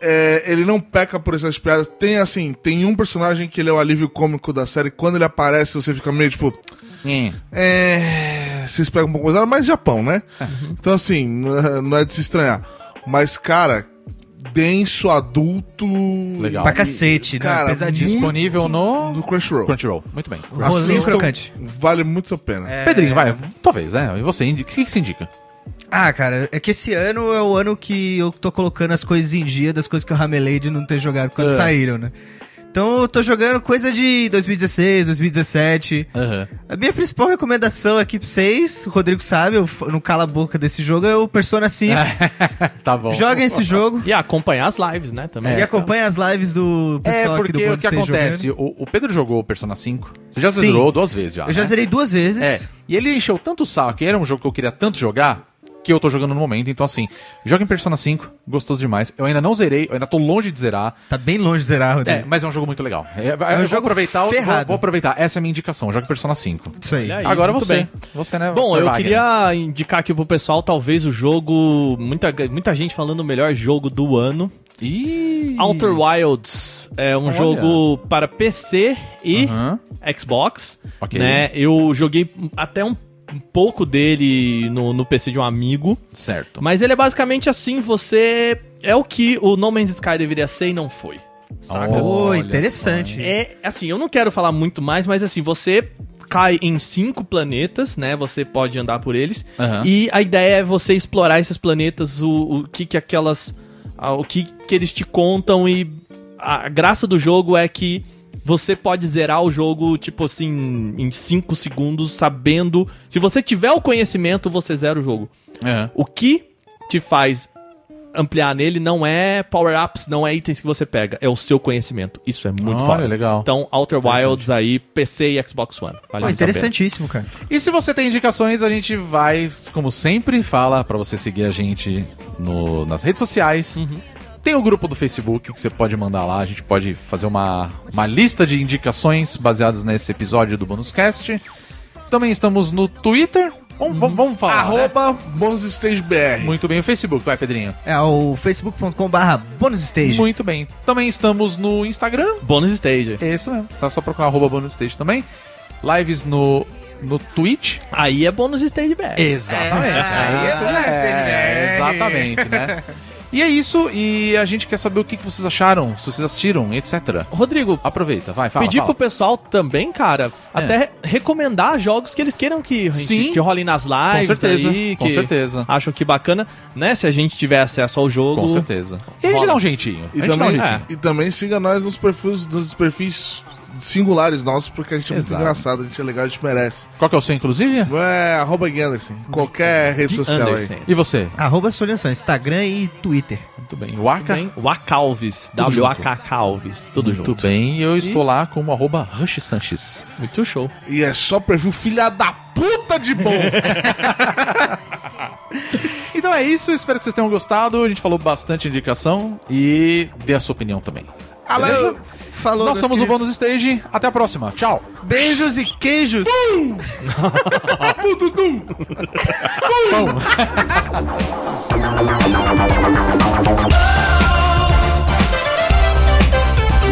É, ele não peca por essas piadas. Tem assim, tem um personagem que ele é o alívio cômico da série. Quando ele aparece, você fica meio tipo.
É.
É. Vocês pegam um pouco mais, mas Japão, né?
É.
Então, assim, n- não é de se estranhar. Mas, cara, denso, adulto.
Legal.
Pra cacete, né?
Cara,
Pesadíssimo.
Disponível no...
Do Crunchyroll.
Crunchyroll. Muito bem.
Rolê crocante.
vale muito a pena.
Pedrinho, vai. Talvez, né? E você? indi- O que, que você indica?
Ah, cara, é que esse ano é o ano que eu tô colocando as coisas em dia das coisas que eu ramelei de não ter jogado quando
Ah.
saíram, né? Então eu tô jogando coisa de 2016, 2017.
Aham.
A minha principal recomendação aqui pra vocês, o Rodrigo sabe, eu f- não cala a boca desse jogo, é o Persona 5.
Tá bom.
Joguem esse jogo
E acompanhar as lives, né? Também.
e acompanhem as lives do
É,
pessoal aqui do
porque o
Quando
que
Esteja
acontece?
Jogando.
O, o Pedro jogou o Persona 5. Você já
Sim.
zerou duas vezes já,
Eu já
né?
zerei duas vezes.
É, e ele encheu tanto o saco, que era um jogo que eu queria tanto jogar, que eu tô jogando no momento. Então, assim, joga em Persona 5, gostoso demais. Eu ainda não zerei, eu ainda tô longe de zerar.
Tá bem longe de zerar,
É,
Rodrigo.
mas é um jogo muito legal. É, eu vou
jogo
aproveitar, vou,
ferrado.
vou aproveitar. Essa é a minha indicação, joga em Persona 5.
Isso aí.
Olha aí,
Agora
muito
você.
bem.
Você, né?
Bom,
Sr.
eu
Wagner.
queria indicar aqui pro pessoal, talvez o jogo. Muita, muita gente falando o melhor jogo do ano.
Ih!
Outer Wilds é um
Olha.
jogo para PC e
Aham.
Xbox.
Ok.
Né? Eu joguei até um, um pouco dele no, no PC de um amigo.
Certo.
Mas ele é basicamente assim: você. É o que o No Man's Sky deveria ser e não foi. Saca?
Ô,
Olha
interessante.
É assim, eu não quero falar muito mais, mas assim, você cai em cinco planetas, né? Você pode andar por eles.
Aham.
E a ideia é você explorar esses planetas, o, o que que aquelas. ah, o que que eles te contam e a graça do jogo é que você pode zerar o jogo, tipo assim, em cinco segundos, sabendo. Se você tiver o conhecimento, você zera o jogo.
Aham.
O que te faz ampliar nele não é power-ups, não é itens que você pega, é o seu conhecimento. Isso é muito
Olha,
foda.
legal.
Então, Outer Wilds aí, PC e Xbox One. Valeu
Pô, interessantíssimo, cara.
E se você tem indicações, a gente vai, como sempre, fala pra você seguir a gente no- nas redes sociais. Tem o grupo do Facebook que você pode mandar lá. A gente pode fazer uma, uma lista de indicações baseadas nesse episódio do Bonus Cast. Também estamos no Twitter. Vamos, vamos- vamos falar. né?
Arroba BonzestageBR.
Muito bem, o Facebook, vai, Pedrinho.
É o facebook.com/barra bonus stage.
Muito bem. Também estamos no Instagram.
Bônus stage.
É isso mesmo. Só, só procurar arroba bonus stage também. Lives no, no Twitch.
Aí é bônus stage back.
Exatamente.
aí é
Você-
bonus stage
é,
back.
Exatamente, né? E é isso, e a gente quer saber o que que vocês acharam, se vocês assistiram, etc.
Rodrigo,
Aproveita, vai, fala.
pedir
fala. É.
pro pessoal também, cara, até recomendar jogos que eles queiram que, a gente-
Sim.
que rolem nas lives
Com certeza,
aí,
com
que
certeza.
acham que bacana, né? Se a gente tiver acesso ao jogo.
Com certeza. E a gente
Rola.
dá um jeitinho.
E
a gente dá um
também,
jeitinho.
e também siga nós nos perfis, nos perfis singulares nossos, porque a gente é muito
Exato.
engraçado, a gente é legal, a gente merece.
Qual que é o seu, inclusive?
É, arroba Gui Anderson, qualquer rede social
Anderson.
aí.
E você?
Arroba Solenção, Instagram e Twitter.
Muito bem. Waka?
Bem, O Acalves,
Tudo
W-A-K Calves, tudo
Muito
junto.
bem, eu estou lá como arroba Rush Sanches.
Muito show.
E é só perfil filha da puta de bom.
Então é isso, espero que vocês tenham gostado. A gente falou bastante indicação e dê a sua opinião também.
Beleza?
Falou, meus
Nós somos o
queridos.
Bônus Stage, até a próxima. Tchau!
Beijos e queijos.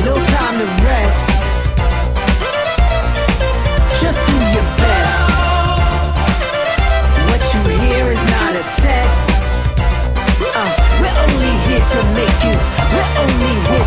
No time to rest. Just do your best. What you hear is not a test. Uh, we're only here to make you. We're only here